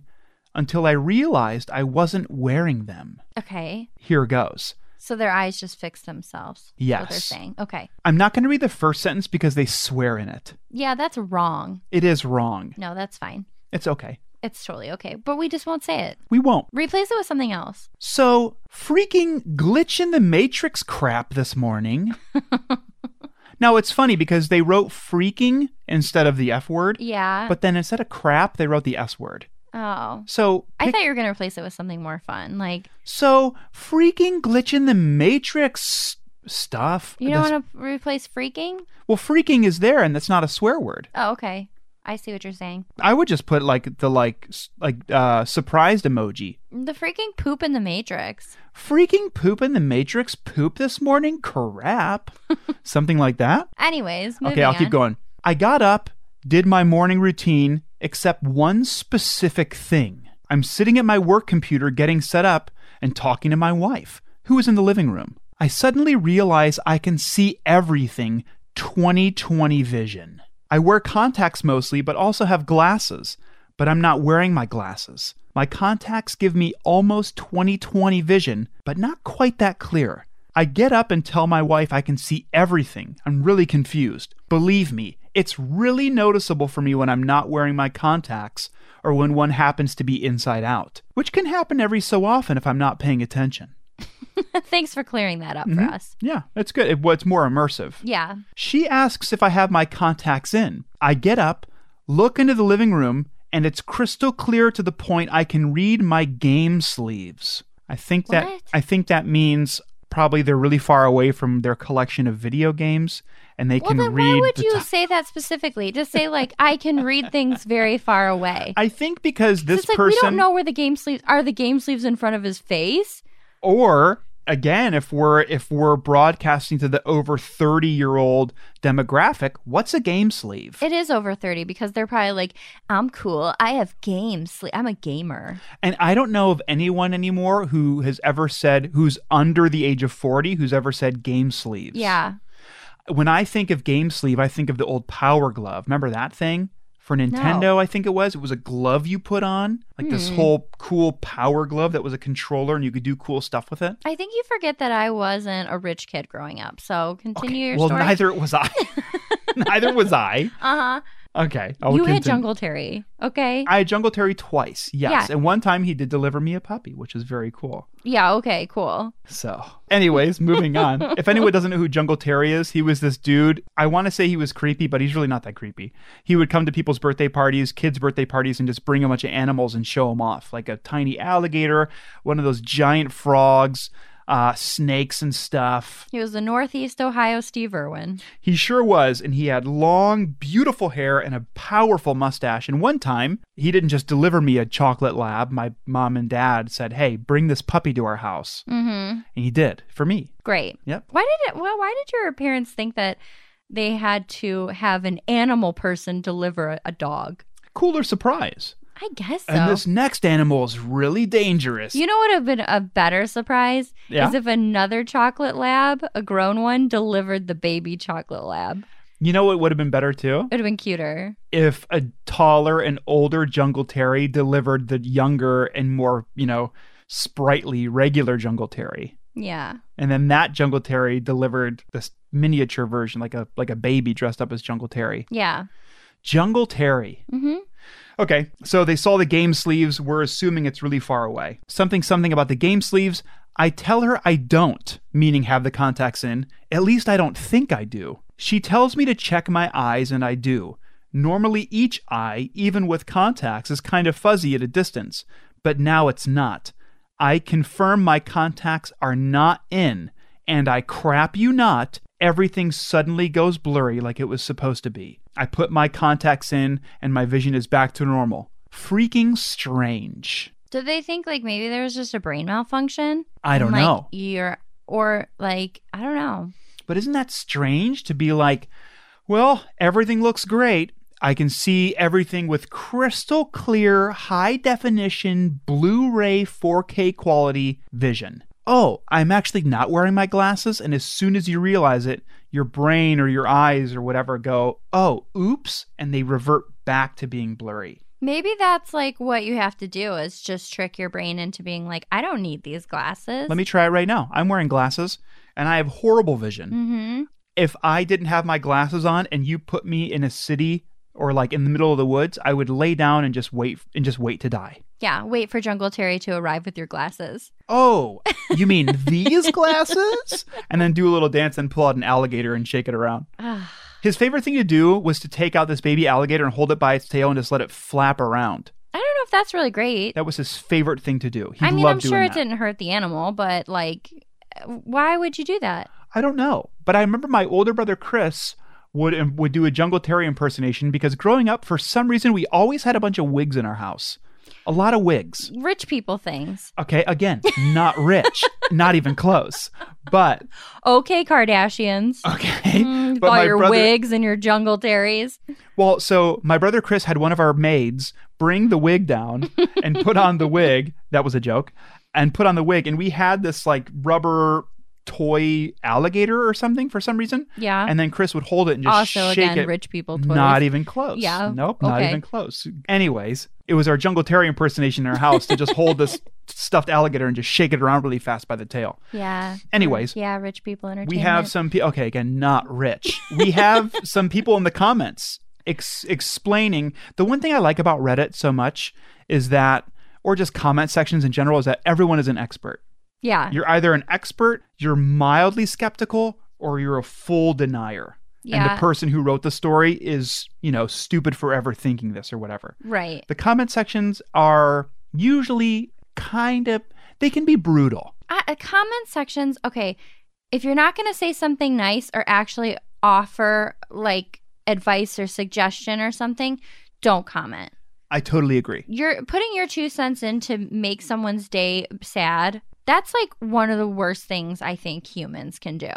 Speaker 1: until I realized I wasn't wearing them.
Speaker 2: Okay.
Speaker 1: Here goes.
Speaker 2: So their eyes just fix themselves. is What they're
Speaker 1: Yes.
Speaker 2: saying. Okay.
Speaker 1: I'm not going to read the first sentence because they swear in it.
Speaker 2: Yeah, that's wrong.
Speaker 1: It is wrong.
Speaker 2: No, that's fine.
Speaker 1: It's okay.
Speaker 2: It's totally okay. But we just won't say it.
Speaker 1: We won't.
Speaker 2: Replace it with something else.
Speaker 1: So, freaking glitch in the matrix crap this morning. now, it's funny because they wrote freaking instead of the F word,
Speaker 2: Yeah.
Speaker 1: but then instead of crap, they wrote the S word.
Speaker 2: oh.
Speaker 1: So,
Speaker 2: I
Speaker 1: pick-
Speaker 2: thought you were going to replace it with something more fun. Like,
Speaker 1: so freaking glitch in the matrix stuff.
Speaker 2: you don't
Speaker 1: This-
Speaker 2: want to replace freaking?
Speaker 1: well, freaking is there and that's not a swear word.
Speaker 2: Oh, okay. I see what you're saying.
Speaker 1: I would just put like the like s- like uh surprised emoji.
Speaker 2: The freaking poop in the Matrix.
Speaker 1: Freaking poop in the matrix poop this morning crap. Something like that.
Speaker 2: Anyways, moving
Speaker 1: Okay, I'll keep
Speaker 2: on.
Speaker 1: going. I got up, did my morning routine, except one specific thing. I'm sitting at my work computer getting set up and talking to my wife, who is in the living room. I suddenly realize I can see everything 2020 vision. I wear contacts mostly, but also have glasses, but I'm not wearing my glasses. My contacts give me almost 2020 vision, but not quite that clear. I get up and tell my wife I can see everything. I'm really confused. Believe me, it's really noticeable for me when I'm not wearing my contacts or when one happens to be inside out, which can happen every so often if I'm not paying attention.
Speaker 2: Thanks for clearing that up
Speaker 1: Mm-hmm.
Speaker 2: for us.
Speaker 1: Yeah, it's good. It, well, it's more immersive.
Speaker 2: Yeah.
Speaker 1: She asks if I have my contacts in. I get up, look into the living room, and it's crystal clear to the point I can read my game sleeves. I think that
Speaker 2: What?
Speaker 1: I think that means probably they're really far away from their collection of video games and they
Speaker 2: Well,
Speaker 1: can
Speaker 2: then
Speaker 1: read
Speaker 2: why would
Speaker 1: the
Speaker 2: you
Speaker 1: top-
Speaker 2: say that specifically? Just say, like, I can read things very far away.
Speaker 1: I think because this
Speaker 2: it's like
Speaker 1: person
Speaker 2: we don't know where the game sleeves are. The game sleeves in front of his face.
Speaker 1: or again if we're if we're broadcasting to the over 30 year old demographic, what's a game sleeve?
Speaker 2: It is over thirty because they're probably like, "I'm cool. I have game sleeve. I'm a gamer."
Speaker 1: And I don't know of anyone anymore who has ever said, who's under the age of 40, who's ever said game sleeves.
Speaker 2: Yeah.
Speaker 1: When I think of game sleeve, I think of the old Power Glove. Remember that thing? For Nintendo, I think it was. It was a glove you put on, like this
Speaker 2: Hmm.
Speaker 1: whole cool Power Glove that was a controller and you could do cool stuff with it.
Speaker 2: I think you forget that I wasn't a rich kid growing up. So continue your
Speaker 1: well,
Speaker 2: story.
Speaker 1: neither was I. neither was I.
Speaker 2: Uh huh.
Speaker 1: Okay. I'll
Speaker 2: You had
Speaker 1: continue.
Speaker 2: Jungle Terry. Okay.
Speaker 1: I had Jungle Terry twice, yes.
Speaker 2: Yeah.
Speaker 1: And one time he did deliver me a puppy, which is very cool.
Speaker 2: yeah. Okay. Cool.
Speaker 1: So, anyways, moving on. If anyone doesn't know who Jungle Terry is, he was this dude. I want to say he was creepy, but he's really not that creepy. He would come to people's birthday parties, kids' birthday parties, and just bring a bunch of animals and show them off, like a tiny alligator, one of those giant frogs, uh, snakes and stuff.
Speaker 2: He was the Northeast Ohio Steve Irwin.
Speaker 1: He sure was, and he had long, beautiful hair and a powerful mustache. And one time, he didn't just deliver me a chocolate lab. My mom and dad said, "Hey, bring this puppy to our house,"
Speaker 2: Mm-hmm.
Speaker 1: and he did for me.
Speaker 2: Great.
Speaker 1: Yep.
Speaker 2: Why did it? Well, why did your parents think that they had to have an animal person deliver a, a dog?
Speaker 1: cooler surprise.
Speaker 2: I guess so.
Speaker 1: And this next animal is really dangerous.
Speaker 2: You know what would have been a better surprise
Speaker 1: Yeah?
Speaker 2: is if another chocolate lab, a grown one, delivered the baby chocolate lab.
Speaker 1: you know what would have been better too?
Speaker 2: It would have been cuter.
Speaker 1: If a taller and older Jungle Terry delivered the younger and more, you know, sprightly regular Jungle Terry.
Speaker 2: Yeah.
Speaker 1: And then that Jungle Terry delivered this miniature version, like a like a baby dressed up as Jungle Terry.
Speaker 2: Yeah.
Speaker 1: Jungle Terry.
Speaker 2: hmm
Speaker 1: Okay, so they saw the game sleeves. We're assuming it's really far away. Something, something about the game sleeves. I tell her I don't, meaning have the contacts in. At least I don't think I do. She tells me to check my eyes, and I do. Normally, each eye, even with contacts, is kind of fuzzy at a distance, but now it's not. I confirm my contacts are not in, and I crap you not, everything suddenly goes blurry like it was supposed to be. I put my contacts in, and my vision is back to normal. Freaking strange.
Speaker 2: Did they think like maybe there was just a brain malfunction?
Speaker 1: I don't
Speaker 2: And, like,
Speaker 1: know.
Speaker 2: You're or like I don't know.
Speaker 1: But isn't that strange to be like, well, everything looks great. I can see everything with crystal clear, high definition, Blu ray 4K quality vision. Oh, I'm actually not wearing my glasses. And as soon as you realize it, your brain or your eyes or whatever go, oh, oops. And they revert back to being blurry.
Speaker 2: Maybe that's like what you have to do is just trick your brain into being like, I don't need these glasses.
Speaker 1: Let me try it right now. I'm wearing glasses and I have horrible vision.
Speaker 2: Mm-hmm.
Speaker 1: if I didn't have my glasses on and you put me in a city or like in the middle of the woods, I would lay down and just wait and just wait to die.
Speaker 2: Yeah. Wait for Jungle Terry to arrive with your glasses.
Speaker 1: Oh, you mean these glasses? And then do a little dance and pull out an alligator and shake it around.
Speaker 2: Ugh.
Speaker 1: His favorite thing to do was to take out this baby alligator and hold it by its tail and just let it flap around.
Speaker 2: I don't know if that's really great.
Speaker 1: That was his favorite thing to do. He
Speaker 2: I mean, I'm
Speaker 1: loved doing
Speaker 2: sure it
Speaker 1: that.
Speaker 2: didn't hurt the animal, but like, why would you do that?
Speaker 1: I don't know, but I remember my older brother Chris would um, would do a Jungle Terry impersonation because growing up, for some reason, we always had a bunch of wigs in our house, a lot of wigs.
Speaker 2: Rich people things.
Speaker 1: Okay, again, not rich, not even close, but
Speaker 2: Okay, Kardashians.
Speaker 1: okay.
Speaker 2: Mm, with
Speaker 1: Uh, but
Speaker 2: all
Speaker 1: my
Speaker 2: your
Speaker 1: brother-
Speaker 2: wigs and your jungle terries.
Speaker 1: Well, so my brother Chris had one of our maids bring the wig down and put on the wig. That was a joke. And put on the wig, and we had this like rubber toy alligator or something for some reason.
Speaker 2: Yeah.
Speaker 1: And then Chris would hold it and just
Speaker 2: also,
Speaker 1: shake
Speaker 2: again,
Speaker 1: it.
Speaker 2: rich people toys.
Speaker 1: Not even close.
Speaker 2: Yeah,
Speaker 1: Nope. Not
Speaker 2: okay.
Speaker 1: even close. Anyways, it was our Jungle Terry impersonation in our house to just hold this stuffed alligator and just shake it around really fast by the tail.
Speaker 2: Yeah.
Speaker 1: Anyways,
Speaker 2: Yeah, rich people entertainment.
Speaker 1: we have some people. Okay, again, not rich. We have some people in the comments ex- explaining. The one thing I like about Reddit so much is that, or just comment sections in general, is that everyone is an expert.
Speaker 2: Yeah.
Speaker 1: You're either an expert, you're mildly skeptical, or you're a full denier and
Speaker 2: Yeah.
Speaker 1: the person who wrote the story is, you know, stupid for ever thinking this or whatever.
Speaker 2: right.
Speaker 1: The comment sections are usually kind of they can be brutal.
Speaker 2: I, uh, comment sections. Okay, if you're not going to say something nice or actually offer like advice or suggestion or something, don't comment.
Speaker 1: I totally agree.
Speaker 2: You're putting your two cents in to make someone's day sad. That's like one of the worst things I think humans can do.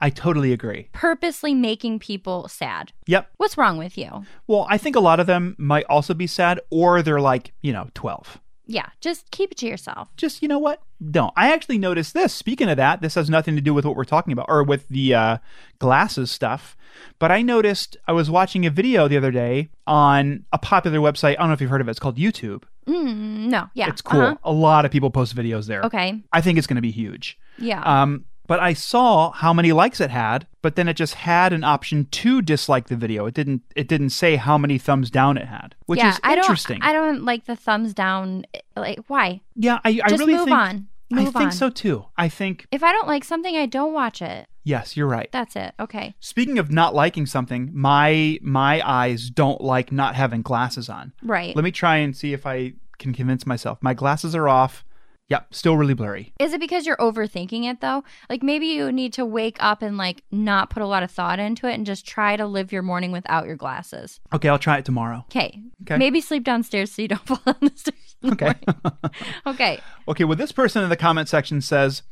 Speaker 1: I totally agree.
Speaker 2: Purposely making people sad.
Speaker 1: Yep.
Speaker 2: What's wrong with you?
Speaker 1: Well, I think a lot of them might also be sad or they're like, you know, 12.
Speaker 2: Yeah, just keep it to yourself.
Speaker 1: Just, you know what? Don't. I actually noticed this. Speaking of that, this has nothing to do with what we're talking about or with the uh, glasses stuff. But I noticed I was watching a video the other day on a popular website. I don't know if you've heard of it. It's called YouTube.
Speaker 2: Mm, no, yeah,
Speaker 1: It's cool.
Speaker 2: uh-huh.
Speaker 1: A lot of people post videos there.
Speaker 2: Okay,
Speaker 1: I think it's going to be huge.
Speaker 2: yeah,
Speaker 1: Um, but I saw how many likes it had, but then it just had an option to dislike the video. It didn't. It didn't say how many thumbs down it had, which
Speaker 2: yeah.
Speaker 1: is
Speaker 2: I don't,
Speaker 1: interesting.
Speaker 2: I don't like the thumbs down. Like, why?
Speaker 1: yeah, I, I
Speaker 2: just
Speaker 1: really
Speaker 2: move
Speaker 1: think.
Speaker 2: on. Move
Speaker 1: I think
Speaker 2: on.
Speaker 1: so too. I think
Speaker 2: If I don't like something, I don't watch it.
Speaker 1: yes, you're right.
Speaker 2: That's it. Okay.
Speaker 1: Speaking of not liking something, my my eyes don't like not having glasses on.
Speaker 2: Right.
Speaker 1: Let me try and see if I can convince myself. My glasses are off. Yep, still really blurry.
Speaker 2: Is it because you're overthinking it though? Like maybe you need to wake up and like not put a lot of thought into it and just try to live your morning without your glasses.
Speaker 1: Okay, I'll try it tomorrow.
Speaker 2: Okay.
Speaker 1: 'Kay.
Speaker 2: Maybe sleep downstairs so you don't fall on the stairs.
Speaker 1: Okay.
Speaker 2: Okay.
Speaker 1: Okay, well, this person in the comment section says,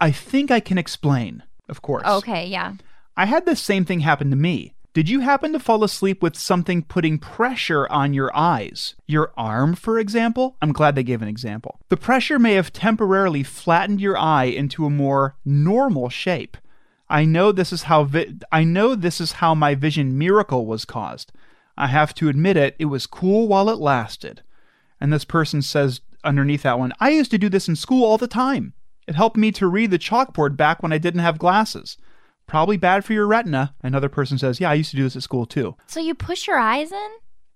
Speaker 1: I think I can explain. Of course.
Speaker 2: Okay. Yeah.
Speaker 1: I had the same thing happen to me. Did you happen to fall asleep with something putting pressure on your eyes? Your arm, for example? I'm glad they gave an example. The pressure may have temporarily flattened your eye into a more normal shape. I know this is how vi- I know this is how my vision miracle was caused. I have to admit it, it was cool while it lasted. And this person says underneath that one, I used to do this in school all the time. It helped me to read the chalkboard back when I didn't have glasses. Probably bad for your retina. Another person says, Yeah, I used to do this at school too.
Speaker 2: So you push your eyes in?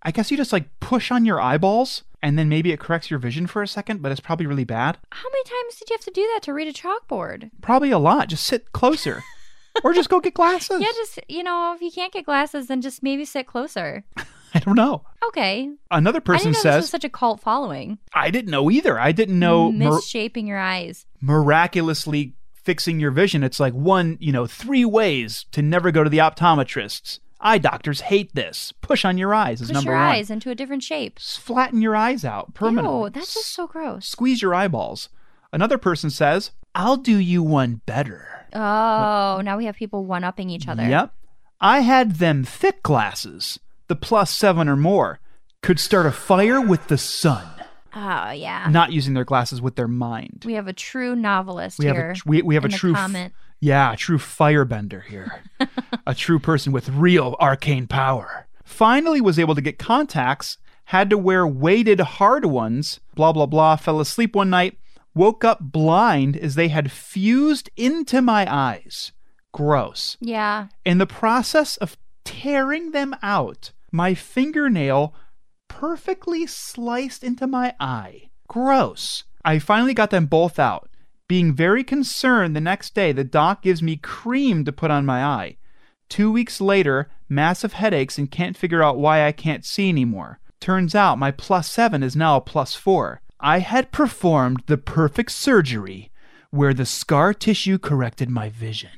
Speaker 1: I guess you just like push on your eyeballs and then maybe it corrects your vision for a second, but it's probably really bad.
Speaker 2: How many times did you have to do that to read a chalkboard?
Speaker 1: Probably a lot. Just sit closer. or just go get glasses.
Speaker 2: Yeah, just, you know, if you can't get glasses, then just maybe sit closer.
Speaker 1: I don't know.
Speaker 2: Okay.
Speaker 1: Another
Speaker 2: I didn't
Speaker 1: person
Speaker 2: know this was
Speaker 1: says,
Speaker 2: such a Mm, cult following.
Speaker 1: I didn't know either. I didn't know mir-
Speaker 2: Misshaping your eyes.
Speaker 1: miraculously fixing your vision. It's like one, you know, three ways to never go to the optometrists. Eye doctors hate this. Push on your eyes is
Speaker 2: Push
Speaker 1: number
Speaker 2: your
Speaker 1: one.
Speaker 2: eyes into a different shape.
Speaker 1: S- Flatten your eyes out permanently.
Speaker 2: Ew, that's just so gross.
Speaker 1: Squeeze your eyeballs. Another person says, I'll do you one better.
Speaker 2: Oh, now we have people one upping each other.
Speaker 1: Yep. I had them thick glasses, the plus seven or more, could start a fire with the sun,
Speaker 2: Oh, yeah.
Speaker 1: not using their glasses with their mind.
Speaker 2: We have a true novelist
Speaker 1: We have
Speaker 2: here.
Speaker 1: a tr- we, we have a
Speaker 2: in the
Speaker 1: true f-
Speaker 2: comment.
Speaker 1: yeah, a true firebender here. a true person with real arcane power. Finally was able to get contacts, had to wear weighted hard ones, blah blah blah, fell asleep one night, woke up blind as they had fused into my eyes. Gross.
Speaker 2: yeah.
Speaker 1: In the process of tearing them out, my fingernail perfectly sliced into my eye. Gross. I finally got them both out. Being very concerned the next day, the doc gives me cream to put on my eye. Two weeks later, massive headaches and can't figure out why I can't see anymore. Turns out my plus seven is now a plus four. I had performed the perfect surgery where the scar tissue corrected my vision.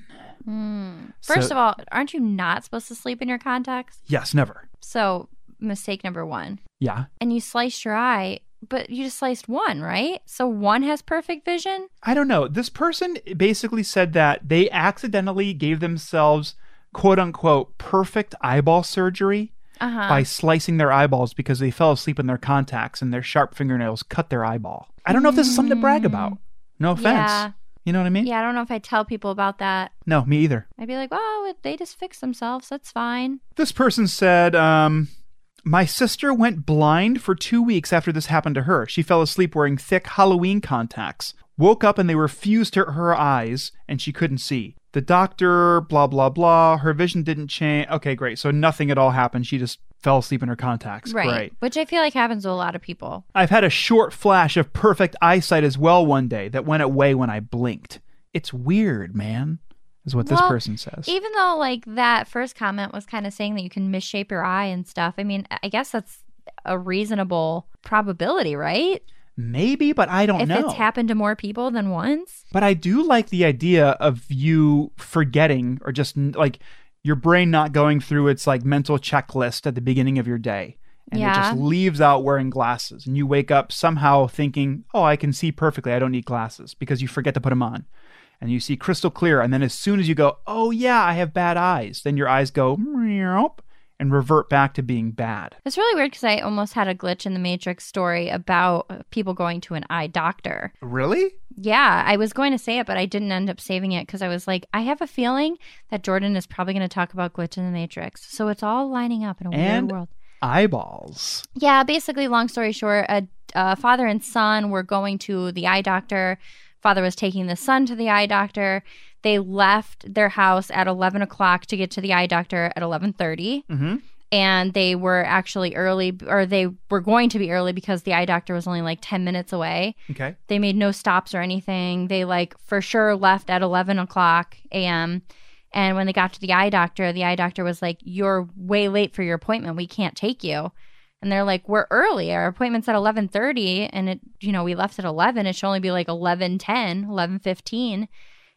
Speaker 2: First
Speaker 1: So-
Speaker 2: of all, aren't you not supposed to sleep in your contacts?
Speaker 1: Yes, never.
Speaker 2: So, mistake number one.
Speaker 1: Yeah.
Speaker 2: And you sliced your eye, but you just sliced one, right? So one has perfect vision?
Speaker 1: I don't know. This person basically said that they accidentally gave themselves quote unquote perfect eyeball surgery
Speaker 2: Uh huh.
Speaker 1: by slicing their eyeballs because they fell asleep in their contacts and their sharp fingernails cut their eyeball. I don't know if this is something to brag about. No offense.
Speaker 2: Mm. Yeah.
Speaker 1: You know what I mean?
Speaker 2: Yeah, I don't know if I tell people about that.
Speaker 1: No, me either.
Speaker 2: I'd be like, oh, they just fixed themselves. That's fine.
Speaker 1: This person said, um, my sister went blind for two weeks after this happened to her. She fell asleep wearing thick Halloween contacts, woke up and they were fused to her eyes, and she couldn't see. The doctor, blah, blah, blah. Her vision didn't change. Okay, great. So nothing at all happened. She just fell asleep in her contacts.
Speaker 2: Right.
Speaker 1: Great.
Speaker 2: Which I feel like happens to a lot of people.
Speaker 1: I've had a short flash of perfect eyesight as well one day that went away when I blinked. It's weird, man, is what this
Speaker 2: Well,
Speaker 1: person says.
Speaker 2: Even though, like, that first comment was kind of saying that you can misshape your eye and stuff, I mean, I guess that's a reasonable probability, right?
Speaker 1: Maybe, but I don't
Speaker 2: if
Speaker 1: know.
Speaker 2: it's happened to more people than once.
Speaker 1: But I do like the idea of you forgetting or just n- like your brain not going through its like mental checklist at the beginning of your day. And it just
Speaker 2: Yeah.
Speaker 1: leaves out wearing glasses. And you wake up somehow thinking, oh, I can see perfectly. I don't need glasses because you forget to put them on. And you see crystal clear. And then as soon as you go, oh, yeah, I have bad eyes, then your eyes go meow, and revert back to being bad.
Speaker 2: It's really weird because I almost had a glitch in the Matrix story about uh, people going to an eye doctor.
Speaker 1: Really?
Speaker 2: Yeah, I was going to say it, but I didn't end up saving it because I was like, I have a feeling that Jordan is probably going to talk about glitch in the Matrix. So it's all lining up in a
Speaker 1: And-
Speaker 2: weird world.
Speaker 1: Eyeballs.
Speaker 2: Yeah, basically, long story short, a, a father and son were going to the eye doctor. Father was taking the son to the eye doctor. They left their house at eleven o'clock to get to the eye doctor at eleven thirty,
Speaker 1: Mm-hmm.
Speaker 2: and they were actually early, or they were going to be early because the eye doctor was only like ten minutes away.
Speaker 1: Okay.
Speaker 2: They made no stops or anything. They like for sure left at eleven o'clock a.m. And when they got to the eye doctor, the eye doctor was like, "You're way late for your appointment. We can't take you." And they're like, "We're early. Our appointment's at eleven thirty, and it, you know, we left at eleven. It should only be like 11.10, 11.15.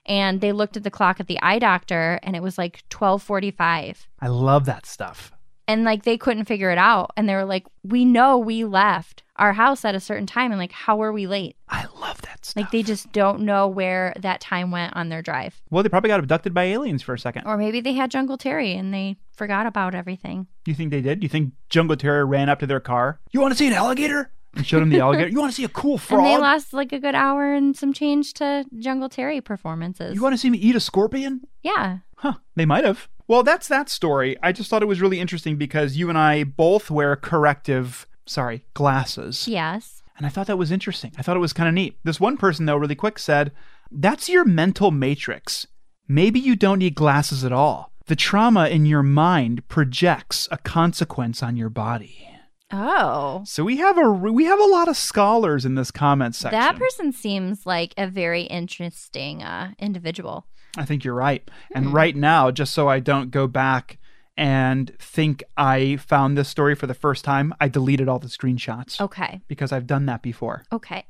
Speaker 2: And they looked at the clock at the eye doctor, and it was like twelve forty-five.
Speaker 1: I love that stuff.
Speaker 2: And like they couldn't figure it out, and they were like, "We know we left our house at a certain time, and like, how were we late?"
Speaker 1: I love that stuff.
Speaker 2: Like they just don't know where that time went on their drive.
Speaker 1: Well, they probably got abducted by aliens for a second.
Speaker 2: Or maybe they had Jungle Terry and they forgot about everything.
Speaker 1: You think they did? You think Jungle Terror ran up to their car? You want to see an alligator? And showed him the alligator. You want to see a cool
Speaker 2: And they
Speaker 1: frog?
Speaker 2: lost like a good hour and some change to Jungle Terry performances.
Speaker 1: you want to see me eat a scorpion?
Speaker 2: yeah.
Speaker 1: Huh? They might have. Well, that's that story. I just thought it was really interesting because you and I both wear corrective, sorry, glasses.
Speaker 2: Yes.
Speaker 1: And I thought that was interesting. I thought it was kind of neat. This one person, though, really quick said, That's your mental matrix. Maybe you don't need glasses at all. The trauma in your mind projects a consequence on your body.
Speaker 2: Oh.
Speaker 1: So we have a re- we have a lot of scholars in this comment section.
Speaker 2: That person seems like a very interesting uh, individual.
Speaker 1: I think you're right.
Speaker 2: Hmm.
Speaker 1: And right now, just so I don't go back and think I found this story for the first time, I deleted all the screenshots
Speaker 2: Okay.
Speaker 1: because I've done that before.
Speaker 2: Okay.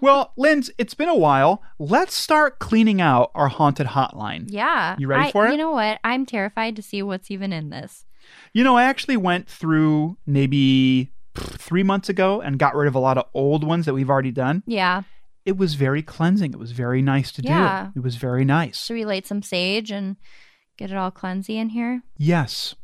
Speaker 1: well, Linz, it's been a while. Let's start cleaning out our haunted hotline.
Speaker 2: Yeah.
Speaker 1: You ready
Speaker 2: I-
Speaker 1: for it?
Speaker 2: You know what? I'm terrified to see what's even in this.
Speaker 1: You know, I actually went through maybe pff, three months ago and got rid of a lot of old ones that we've already done.
Speaker 2: Yeah.
Speaker 1: It was very cleansing. It was very nice to
Speaker 2: Yeah.
Speaker 1: do. It was very nice.
Speaker 2: Should we light some sage and get it all cleansy in here?
Speaker 1: yes.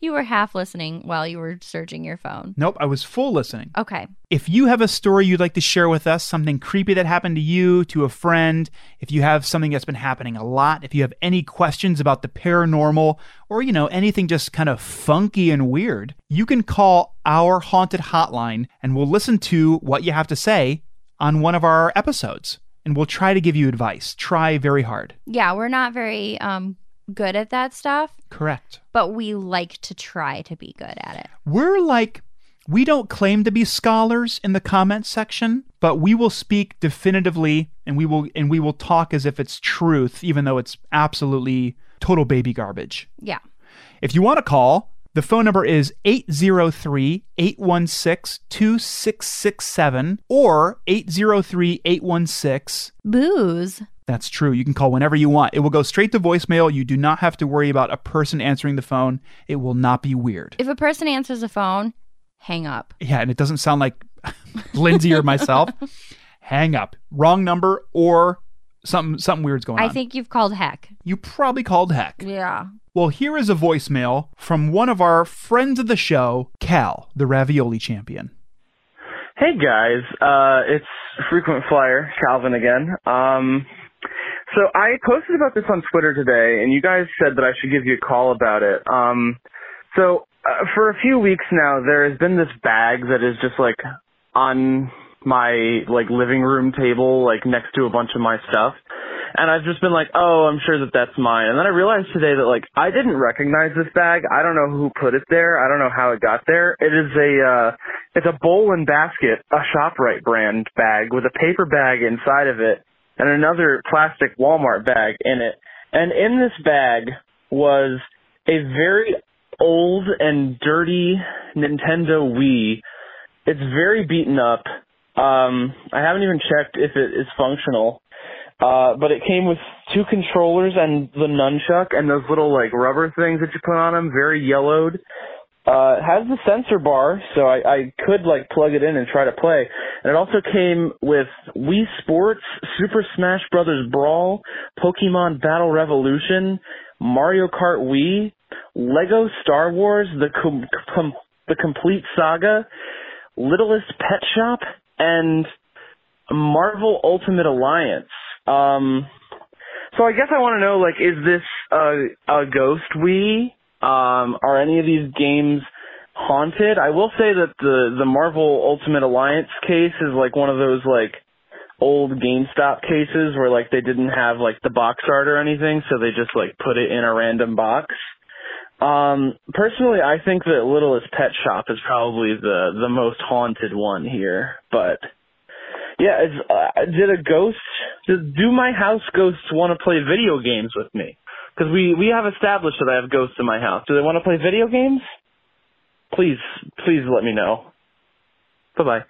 Speaker 2: You were half listening while you were searching your phone.
Speaker 1: Nope, I was full listening.
Speaker 2: Okay.
Speaker 1: If you have a story you'd like to share with us, something creepy that happened to you, to a friend, if you have something that's been happening a lot, if you have any questions about the paranormal, or, you know, anything just kind of funky and weird, you can call our haunted hotline and we'll listen to what you have to say on one of our episodes. And we'll try to give you advice. Try very hard.
Speaker 2: Yeah, we're not very um, good at that stuff,
Speaker 1: Correct.
Speaker 2: but we like to try to be good at it.
Speaker 1: we're like we don't claim to be scholars in the comment section but we will speak definitively and we will and we will talk as if it's truth even though it's absolutely total baby garbage
Speaker 2: Yeah.
Speaker 1: if you want to call the phone number is 803-816-2667 or 803-816
Speaker 2: Booze.
Speaker 1: that's true. You can call whenever you want. It will go straight to voicemail. You do not have to worry about a person answering the phone. It will not be weird.
Speaker 2: If a person answers the phone, hang up.
Speaker 1: Yeah, and it doesn't sound like Lindsay or myself. Hang up. Wrong number or something something weird's going on.
Speaker 2: I think you've called heck.
Speaker 1: you probably called heck.
Speaker 2: Yeah.
Speaker 1: Well, here is a voicemail from one of our friends of the show, Cal, the ravioli champion.
Speaker 6: Hey guys, uh, it's frequent flyer Calvin again. Um, so I posted about this on Twitter today, and you guys said that I should give you a call about it. Um, so uh, for a few weeks now, there has been this bag that is just like on my like living room table, like next to a bunch of my stuff. And I've just been like, oh, I'm sure that that's mine. And then I realized today that like I didn't recognize this bag. I don't know who put it there. I don't know how it got there. It is a uh it's a bowl and basket, a ShopRite brand bag with a paper bag inside of it and another plastic Walmart bag in it. And in this bag was a very old and dirty Nintendo Wii it's very beaten up. Um, I haven't even checked if it is functional. Uh, but it came with two controllers and the nunchuck and those little like rubber things that you put on them, very yellowed. Uh, it has the sensor bar, so I, I could like plug it in and try to play. And it also came with Wii Sports, Super Smash Brothers Brawl, Pokemon Battle Revolution, Mario Kart Wii, Lego Star Wars, the com- com- the complete saga, Littlest Pet Shop and Marvel Ultimate Alliance. Um, so I guess I want to know, like, is this a, a ghost Wii? Um, are any of these games haunted? I will say that the the Marvel Ultimate Alliance case is like one of those like old GameStop cases where like they didn't have like the box art or anything, so they just like put it in a random box. Um, personally, I think that Littlest Pet Shop is probably the the most haunted one here. But yeah, it's, uh, did a ghost? Did, do my house ghosts want to play video games with me? Because we we have established that I have ghosts in my house. Do they want to play video games? Please, please let me know. Bye bye.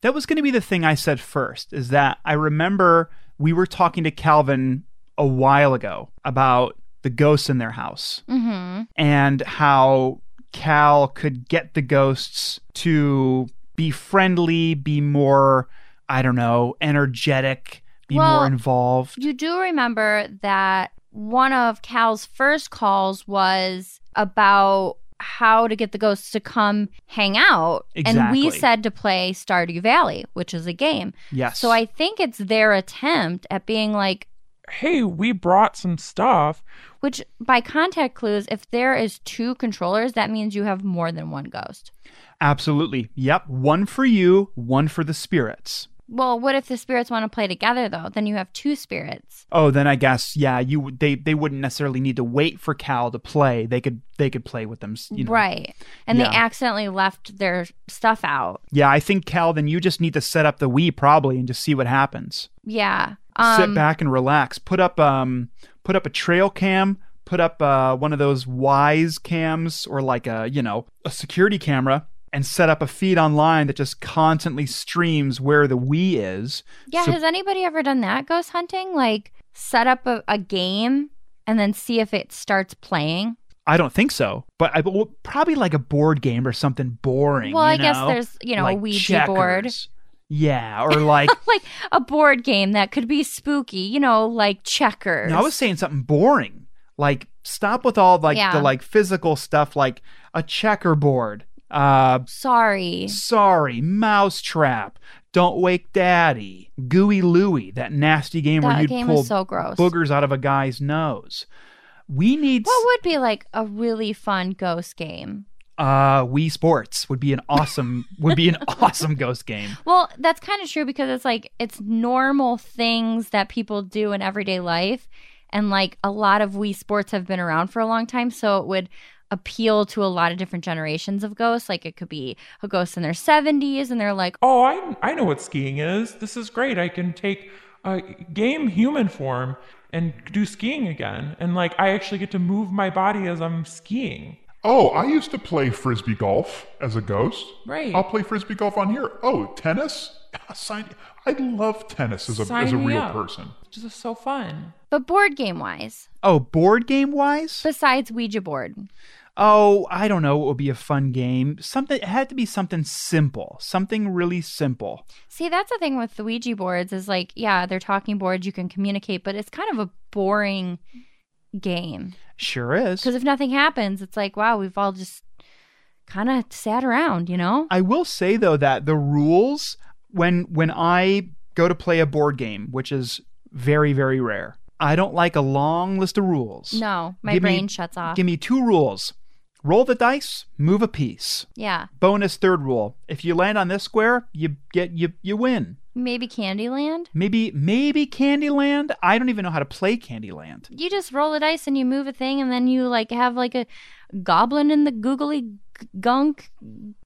Speaker 1: That was going to be the thing I said first is that I remember we were talking to Calvin a while ago about the ghosts in their house.
Speaker 2: Mm-hmm.
Speaker 1: and how Cal could get the ghosts to be friendly, be more, I don't know, energetic, be
Speaker 2: Well,
Speaker 1: more involved.
Speaker 2: You do remember that one of Cal's first calls was about how to get the ghosts to come hang out. And we
Speaker 1: Exactly.
Speaker 2: said to play Stardew Valley, which is a game.
Speaker 1: yes.
Speaker 2: So I think it's their attempt at being like,
Speaker 7: hey, we brought some stuff.
Speaker 2: which by contact clues, if there is two controllers, that means you have more than one ghost.
Speaker 1: absolutely. Yep. One for you, one for the spirits.
Speaker 2: Well, what if the spirits want to play together though? Then you have two spirits.
Speaker 1: Oh, then I guess yeah, you would- they they wouldn't necessarily need to wait for Cal to play. They could they could play with them, you know.
Speaker 2: right. And
Speaker 1: Yeah.
Speaker 2: they accidentally left their stuff out.
Speaker 1: Yeah, I think Cal. Then you just need to set up the Wii probably and just see what happens.
Speaker 2: Yeah. Um,
Speaker 1: Sit back and relax. Put up um put up a trail cam. Put up uh, one of those Wise cams or like a you know a security camera and set up a feed online that just constantly streams where the Wii is.
Speaker 2: Yeah,
Speaker 1: So-
Speaker 2: has anybody ever done that ghost hunting? Like set up a, a game and then see if it starts playing.
Speaker 1: I don't think so, but I, well, probably like a board game or something boring.
Speaker 2: Well,
Speaker 1: you
Speaker 2: I guess
Speaker 1: know?
Speaker 2: there's, you know, a
Speaker 1: Like
Speaker 2: Ouija board.
Speaker 1: checkers. Yeah, or like
Speaker 2: Like a board game that could be spooky, you know, like checkers.
Speaker 1: No, I was saying something boring. Like stop with all like
Speaker 2: Yeah.
Speaker 1: the like physical stuff, like a checkerboard. Uh,
Speaker 2: sorry.
Speaker 1: sorry, mousetrap. Don't wake daddy. Gooey Louie, that nasty game where
Speaker 2: That
Speaker 1: you'd
Speaker 2: game
Speaker 1: pull
Speaker 2: is so gross.
Speaker 1: boogers out of a guy's nose. We need
Speaker 2: What would be like a really fun ghost game?
Speaker 1: uh Wii Sports would be an awesome would be an awesome ghost game.
Speaker 2: Well, that's kind of true because it's like it's normal things that people do in everyday life. And like a lot of Wii sports have been around for a long time. So it would appeal to a lot of different generations of ghosts. Like it could be a ghost in their 70s and they're like,
Speaker 7: Oh, I, I know what skiing is. This is great. I can take a game human form and do skiing again. And like, I actually get to move my body as I'm skiing.
Speaker 3: Oh, I used to play frisbee golf as a ghost.
Speaker 7: Right.
Speaker 3: I'll play frisbee golf on here. Oh, tennis? Sign. I love tennis as a
Speaker 7: Sign
Speaker 3: as a
Speaker 7: me
Speaker 3: real
Speaker 7: up.
Speaker 3: person.
Speaker 7: It's just so fun.
Speaker 2: but board game wise,
Speaker 1: Oh, board game wise?
Speaker 2: besides Ouija board,
Speaker 1: Oh, I don't know. It would be a fun game. Something it had to be something simple, something really simple.
Speaker 2: See, that's the thing with the Ouija boards is like, yeah, they're talking boards, you can communicate, but it's kind of a boring game.
Speaker 1: Sure is.
Speaker 2: Because if nothing happens, it's like, wow, we've all just kind of sat around, you know?
Speaker 1: I will say though that the rules when when I go to play a board game, which is very very rare, I don't like a long list of rules.
Speaker 2: No, my
Speaker 1: Give me-
Speaker 2: brain shuts off.
Speaker 1: Give me two rules. Roll the dice, move a piece.
Speaker 2: yeah.
Speaker 1: Bonus third rule. If you land on this square, you get you you win.
Speaker 2: Maybe Candyland?
Speaker 1: Maybe maybe Candyland. I don't even know how to play Candyland.
Speaker 2: You just roll the dice and you move a thing, and then you like have like a goblin in the googly g- gunk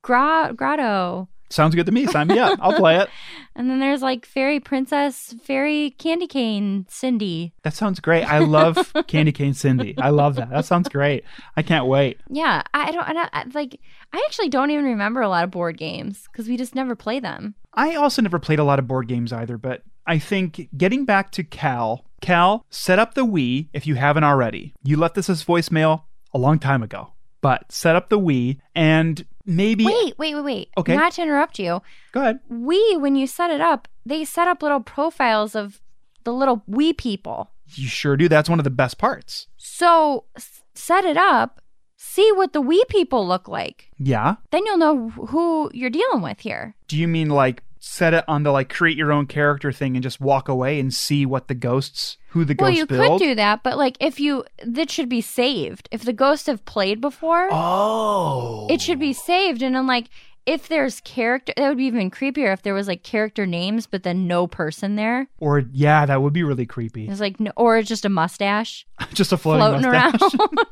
Speaker 2: gra- grotto.
Speaker 1: Sounds good to me. Sign me up. I'll play it.
Speaker 2: And then there's like fairy princess, fairy candy cane, Cindy.
Speaker 1: That sounds great. I love Candy Cane Cindy. I love that. That sounds great. I can't wait.
Speaker 2: Yeah, I I don't, I don't I, like. I actually don't even remember a lot of board games because we just never play them.
Speaker 1: I also never played a lot of board games either, but I think getting back to Cal, Cal, set up the Wii if you haven't already. You left this as voicemail a long time ago, but set up the Wii and maybe.
Speaker 2: Wait, wait, wait, wait.
Speaker 1: Okay.
Speaker 2: Not to interrupt you.
Speaker 1: Go ahead.
Speaker 2: We, when you set it up, they set up little profiles of the little we people.
Speaker 1: You sure do. That's one of the best parts.
Speaker 2: So s- set it up, see what the we people look like.
Speaker 1: Yeah.
Speaker 2: Then you'll know who you're dealing with here.
Speaker 1: Do you mean like set it on the like create your own character thing and just walk away and see what the ghosts, who the
Speaker 2: well,
Speaker 1: ghosts
Speaker 2: you
Speaker 1: build?
Speaker 2: could do that, but like if you, that should be saved. If the ghosts have played before,
Speaker 1: oh.
Speaker 2: it should be saved and then like if there's character that would be even creepier if there was like character names but then no person there
Speaker 1: Or, yeah, that would be really creepy.
Speaker 2: there's like no, or just a mustache
Speaker 1: just a floating,
Speaker 2: floating
Speaker 1: mustache.
Speaker 2: around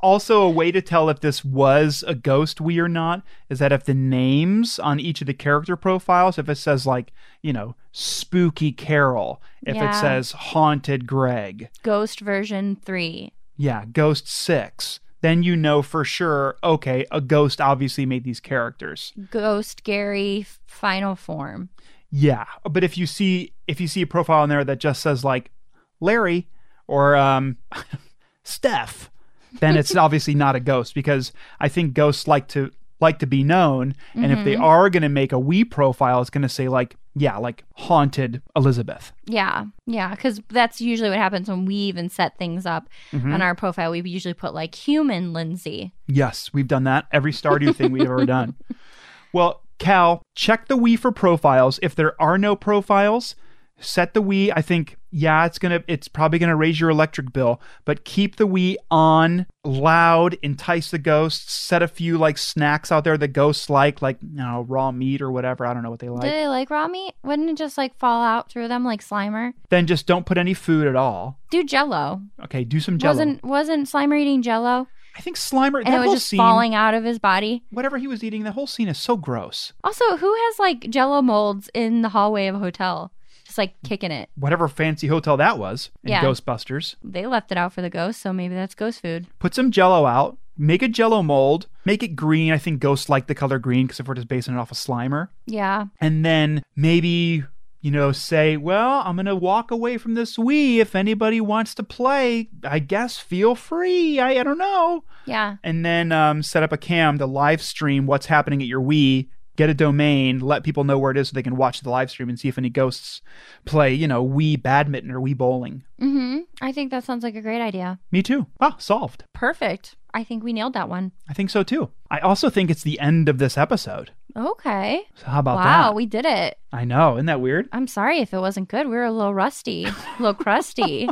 Speaker 1: Also, a way to tell if this was a ghost we or not is that if the names on each of the character profiles, if it says like, you know, spooky Carol, if
Speaker 2: Yeah.
Speaker 1: it says haunted Greg,
Speaker 2: ghost version 3
Speaker 1: yeah, ghost six, then you know for sure, okay, a ghost obviously made these characters.
Speaker 2: ghost gary final form
Speaker 1: Yeah. But if you see if you see a profile in there that just says like Larry or um Steph, then it's obviously not a ghost because I think ghosts like to like to be known and if they are going to make a we profile it's going to say like yeah like haunted elizabeth
Speaker 2: yeah yeah because that's usually what happens when we even set things up
Speaker 1: Mm-hmm.
Speaker 2: on our profile we usually put like human lindsay
Speaker 1: yes we've done that every stardew thing we've ever done well cal check the we for profiles if there are no profiles set the we i think yeah, it's gonna it's probably gonna raise your electric bill, but keep the Wii on loud, entice the ghosts, set a few like snacks out there that ghosts like, like you know, raw meat or whatever. I don't know what they
Speaker 2: Do
Speaker 1: like.
Speaker 2: they like raw meat? Wouldn't it just like fall out through them like Slimer?
Speaker 1: Then just don't put any food at all.
Speaker 2: Do Jello?
Speaker 1: Okay, do some jello.
Speaker 2: Wasn't wasn't Slimer eating Jello?
Speaker 1: I think Slimer
Speaker 2: And
Speaker 1: that
Speaker 2: it was
Speaker 1: whole
Speaker 2: just
Speaker 1: scene,
Speaker 2: falling out of his body.
Speaker 1: whatever he was eating, that whole scene is so gross.
Speaker 2: Also, who has like Jello molds in the hallway of a hotel, just like kicking it?
Speaker 1: Whatever fancy hotel that was in
Speaker 2: Yeah.
Speaker 1: Ghostbusters.
Speaker 2: They left it out for the ghost, so maybe that's ghost food.
Speaker 1: put some jello out, make a jello mold, make it green. I think ghosts like the color green because if we're just basing it off of Slimer.
Speaker 2: Yeah,
Speaker 1: And then maybe, you know, say, well, I'm going to walk away from this Wii. If anybody wants to play, I guess feel free. I, I don't know.
Speaker 2: yeah.
Speaker 1: And then um, set up a cam to live stream what's happening at your Wii. Get a domain, let people know where it is so they can watch the live stream and see if any ghosts play, you know, Wii badminton or Wii bowling.
Speaker 2: Mm-hmm. I think that sounds like a great idea.
Speaker 1: Me too. Ah, solved.
Speaker 2: Perfect. I think we nailed that one.
Speaker 1: I think so too. I also think it's the end of this episode.
Speaker 2: Okay.
Speaker 1: So how about
Speaker 2: wow,
Speaker 1: that?
Speaker 2: we did it.
Speaker 1: I know, isn't that weird?
Speaker 2: I'm sorry if it wasn't good. We were a little rusty, a little crusty.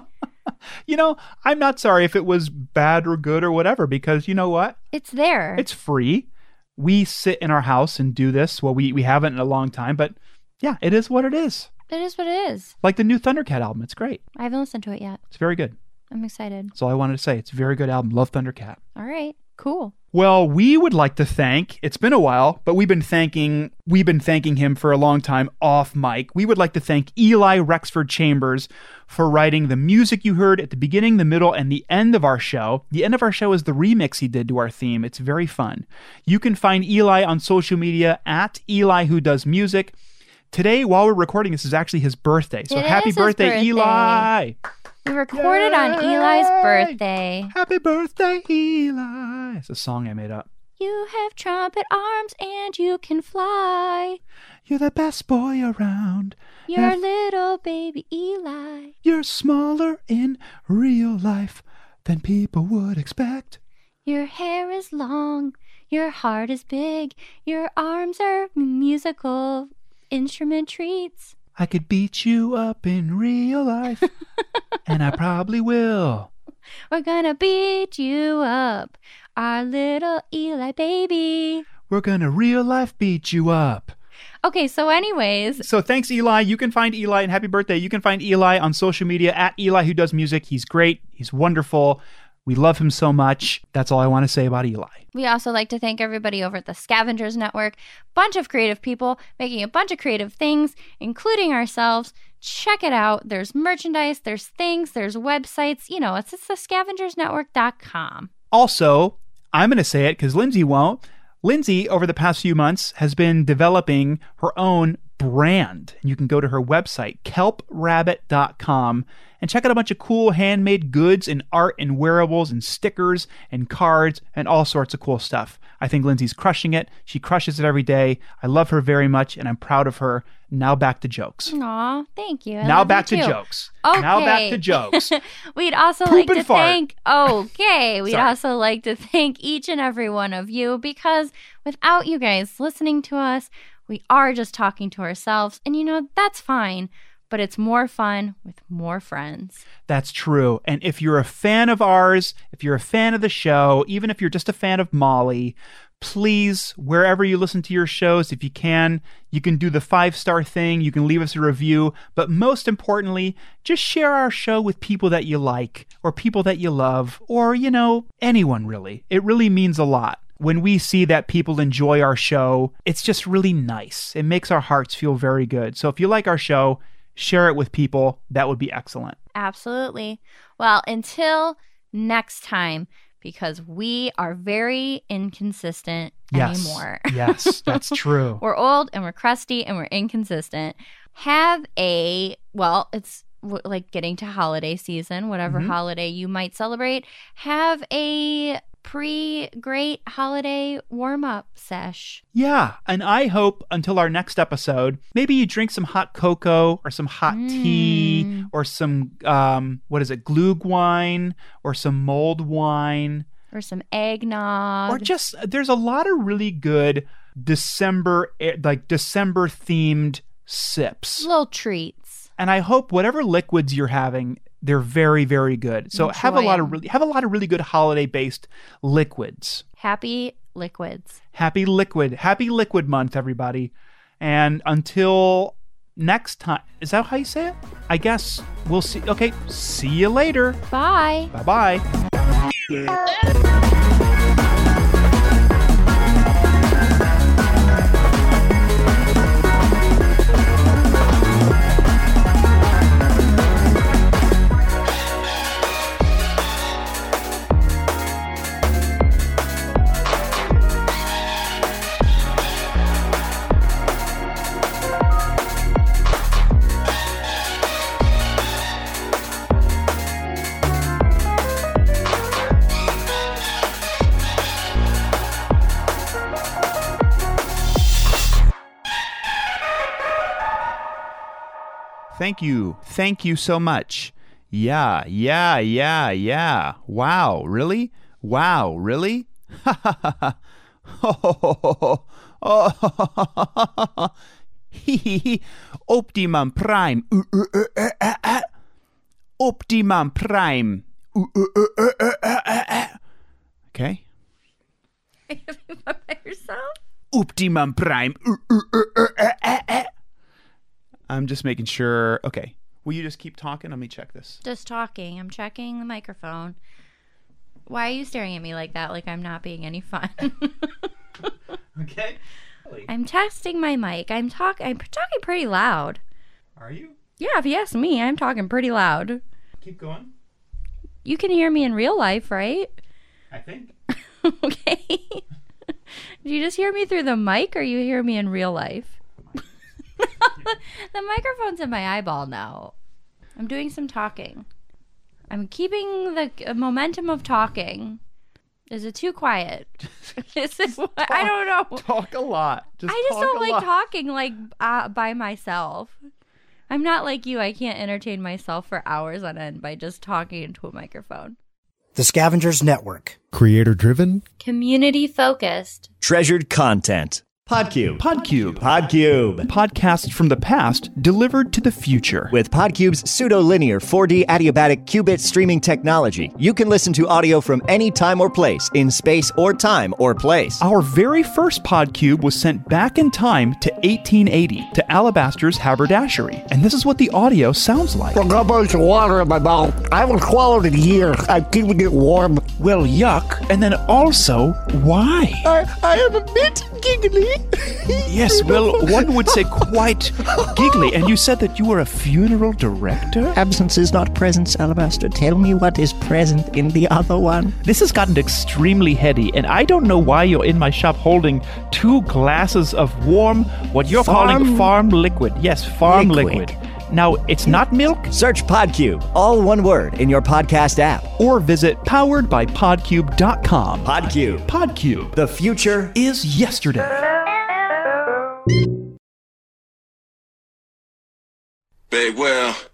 Speaker 1: You know, I'm not sorry if it was bad or good or whatever, because you know what?
Speaker 2: It's there.
Speaker 1: It's free. We sit in our house and do this. Well, we, we haven't in a long time, but yeah, it is what it is.
Speaker 2: it is what it is.
Speaker 1: Like the new Thundercat album, it's great.
Speaker 2: I haven't listened to it yet.
Speaker 1: It's very good.
Speaker 2: I'm excited.
Speaker 1: That's all I wanted to say. It's a very good album. Love Thundercat.
Speaker 2: All right. Cool.
Speaker 1: Well, we would like to thank. It's been a while, but we've been thanking we've been thanking him for a long time off mic. We would like to thank Eli Rexford Chambers for writing the music you heard at the beginning, the middle, and the end of our show. The end of our show is the remix he did to our theme. It's very fun. You can find Eli on social media at Eli Who Does Music. Today, while we're recording, this is actually his birthday. So
Speaker 2: It
Speaker 1: happy
Speaker 2: is his
Speaker 1: birthday,
Speaker 2: birthday.
Speaker 1: Eli!
Speaker 2: We recorded on
Speaker 1: Yay!
Speaker 2: Eli's birthday.
Speaker 1: Happy birthday, Eli! It's a song I made up.
Speaker 2: You have trumpet arms and you can fly.
Speaker 1: You're the best boy around.
Speaker 2: Your
Speaker 1: Have-
Speaker 2: little baby Eli.
Speaker 1: You're smaller in real life than people would expect.
Speaker 2: Your hair is long. Your heart is big. Your arms are musical instrument treats.
Speaker 1: I could beat you up in real life, and I probably will.
Speaker 2: We're gonna beat you up, our little Eli baby.
Speaker 1: We're gonna real life beat you up.
Speaker 2: Okay, so, anyways,
Speaker 1: So thanks, Eli. You can find Eli and happy birthday. You can find Eli on social media at Eli Who Does Music. He's great. He's wonderful. We love him so much. That's all I want to say about Eli.
Speaker 2: we also like to thank everybody over at the Scavengers Network. Bunch of creative people making a bunch of creative things, including ourselves. Check it out. There's merchandise, there's things, there's websites. You know, it's, it's the scavengersnetwork.com.
Speaker 1: Also, I'm going to say it because Lindsay won't. Lindsay, over the past few months, has been developing her own brand. You can go to her website, kelprabbit.com, and check out a bunch of cool handmade goods and art and wearables and stickers and cards and all sorts of cool stuff. I think Lindsay's crushing it. She crushes it every day. I love her very much and I'm proud of her. Now back to jokes.
Speaker 2: Aw, thank you. I
Speaker 1: now
Speaker 2: love you
Speaker 1: back to
Speaker 2: too.
Speaker 1: jokes. Now back
Speaker 2: Okay.
Speaker 1: to jokes.
Speaker 2: We'd also
Speaker 1: Poop
Speaker 2: like
Speaker 1: and
Speaker 2: to
Speaker 1: fart.
Speaker 2: thank okay. We'd
Speaker 1: Sorry.
Speaker 2: also like to thank each and every one of you because without you guys listening to us, we are just talking to ourselves, and you know that's fine. But it's more fun with more friends.
Speaker 1: That's true. And if you're a fan of ours, if you're a fan of the show, even if you're just a fan of Molly, please, wherever you listen to your shows, if you can, you can do the five star thing, you can leave us a review. But most importantly, just share our show with people that you like or people that you love or, you know, anyone really. It really means a lot. When we see that people enjoy our show, it's just really nice. It makes our hearts feel very good. So if you like our show, share it with people. That would be excellent.
Speaker 2: Absolutely. Well, until next time, because we are very inconsistent anymore.
Speaker 1: yes, that's true.
Speaker 2: We're old and we're crusty and we're inconsistent. Have a, well, it's w- like getting to holiday season, whatever
Speaker 1: Mhm.
Speaker 2: holiday you might celebrate. Have a pre great holiday warm up sesh.
Speaker 1: yeah, and I hope until our next episode, maybe you drink some hot cocoa or some hot tea
Speaker 2: Mm.
Speaker 1: or some um, what is it, glug wine or some mulled wine
Speaker 2: Or some eggnog.
Speaker 1: or just there's a lot of really good December eh, like December themed sips.
Speaker 2: little treats.
Speaker 1: And I hope whatever liquids you're having, they're very, very good. So have a
Speaker 2: Enjoy
Speaker 1: lot of
Speaker 2: 'em.
Speaker 1: really have a lot of really good holiday based liquids.
Speaker 2: Happy liquids.
Speaker 1: Happy liquid, happy liquid month, everybody. And until next time, is that how you say it? I guess we'll see. Okay, see you later.
Speaker 2: Bye.
Speaker 1: Bye bye. Thank you. Thank you so much. Yeah, yeah, yeah, yeah. Wow, really? Wow, really? Ha ha ha ha. Oh, oh, oh, hee hee hee. Optimum Prime. Ooh, ooh, ooh, uh, uh, uh. Optimum Prime. Ooh, ooh, ooh, uh, uh, uh, uh, uh. Okay.
Speaker 2: By yourself?
Speaker 1: Optimum Prime. Ooh, ooh, ooh, ooh, uh, uh, uh. I'm just making sure. Okay. Will you just keep talking? Let me check this.
Speaker 2: Just talking. I'm checking the microphone. Why are you staring at me like that? Like I'm not being any fun.
Speaker 1: Okay.
Speaker 2: I'm testing my mic. I'm talk. I'm talking pretty loud.
Speaker 1: Are you?
Speaker 2: Yeah, if you ask me, I'm talking pretty loud.
Speaker 1: Keep going.
Speaker 2: You can hear me in real life, right?
Speaker 1: I think.
Speaker 2: okay. Do you just hear me through the mic or you hear me in real life? the microphone's in my eyeball now. I'm doing some talking. I'm keeping the uh, momentum of talking. Is it too quiet? Is it, I don't know.
Speaker 1: Talk a lot. Just
Speaker 2: I just
Speaker 1: talk
Speaker 2: don't
Speaker 1: a
Speaker 2: like
Speaker 1: lot.
Speaker 2: talking like uh, by myself. I'm not like you. I can't entertain myself for hours on end by just talking into a microphone.
Speaker 8: The Scavengers Network.
Speaker 9: Creator driven?
Speaker 2: Community focused.
Speaker 10: Treasured content. Podcube.
Speaker 1: Podcube,
Speaker 10: Podcube.
Speaker 1: podcasts from the past delivered to the future.
Speaker 10: With Podcube's pseudo-linear 4D adiabatic qubit streaming technology, you can listen to audio from any time or place, in space or time or place.
Speaker 1: Our very first Podcube was sent back in time to 1880 to Alabaster's haberdashery, and this is what the audio sounds like.
Speaker 8: Gumbo's water in my mouth. I haven't swallowed in years. I'm keeping it warm.
Speaker 1: Well, yuck. And then also, why?
Speaker 8: I, I am a bit giggly.
Speaker 1: Yes, well, one would say quite giggly. And you said that you were a funeral director?
Speaker 8: Absence is not presence, Alabaster. Tell me what is present in the other one.
Speaker 9: This has gotten extremely heady, and I don't know why you're in my shop holding two glasses of warm, what you're calling
Speaker 8: Farm-
Speaker 9: farm liquid. Yes, farm
Speaker 8: Liquid.
Speaker 9: liquid. Now, it's not milk.
Speaker 10: Search Podcube, all one word, in your podcast app.
Speaker 1: Or visit poweredbypodcube.com.
Speaker 10: Podcube.
Speaker 1: Podcube
Speaker 10: The future
Speaker 1: is yesterday.
Speaker 11: Babe, well,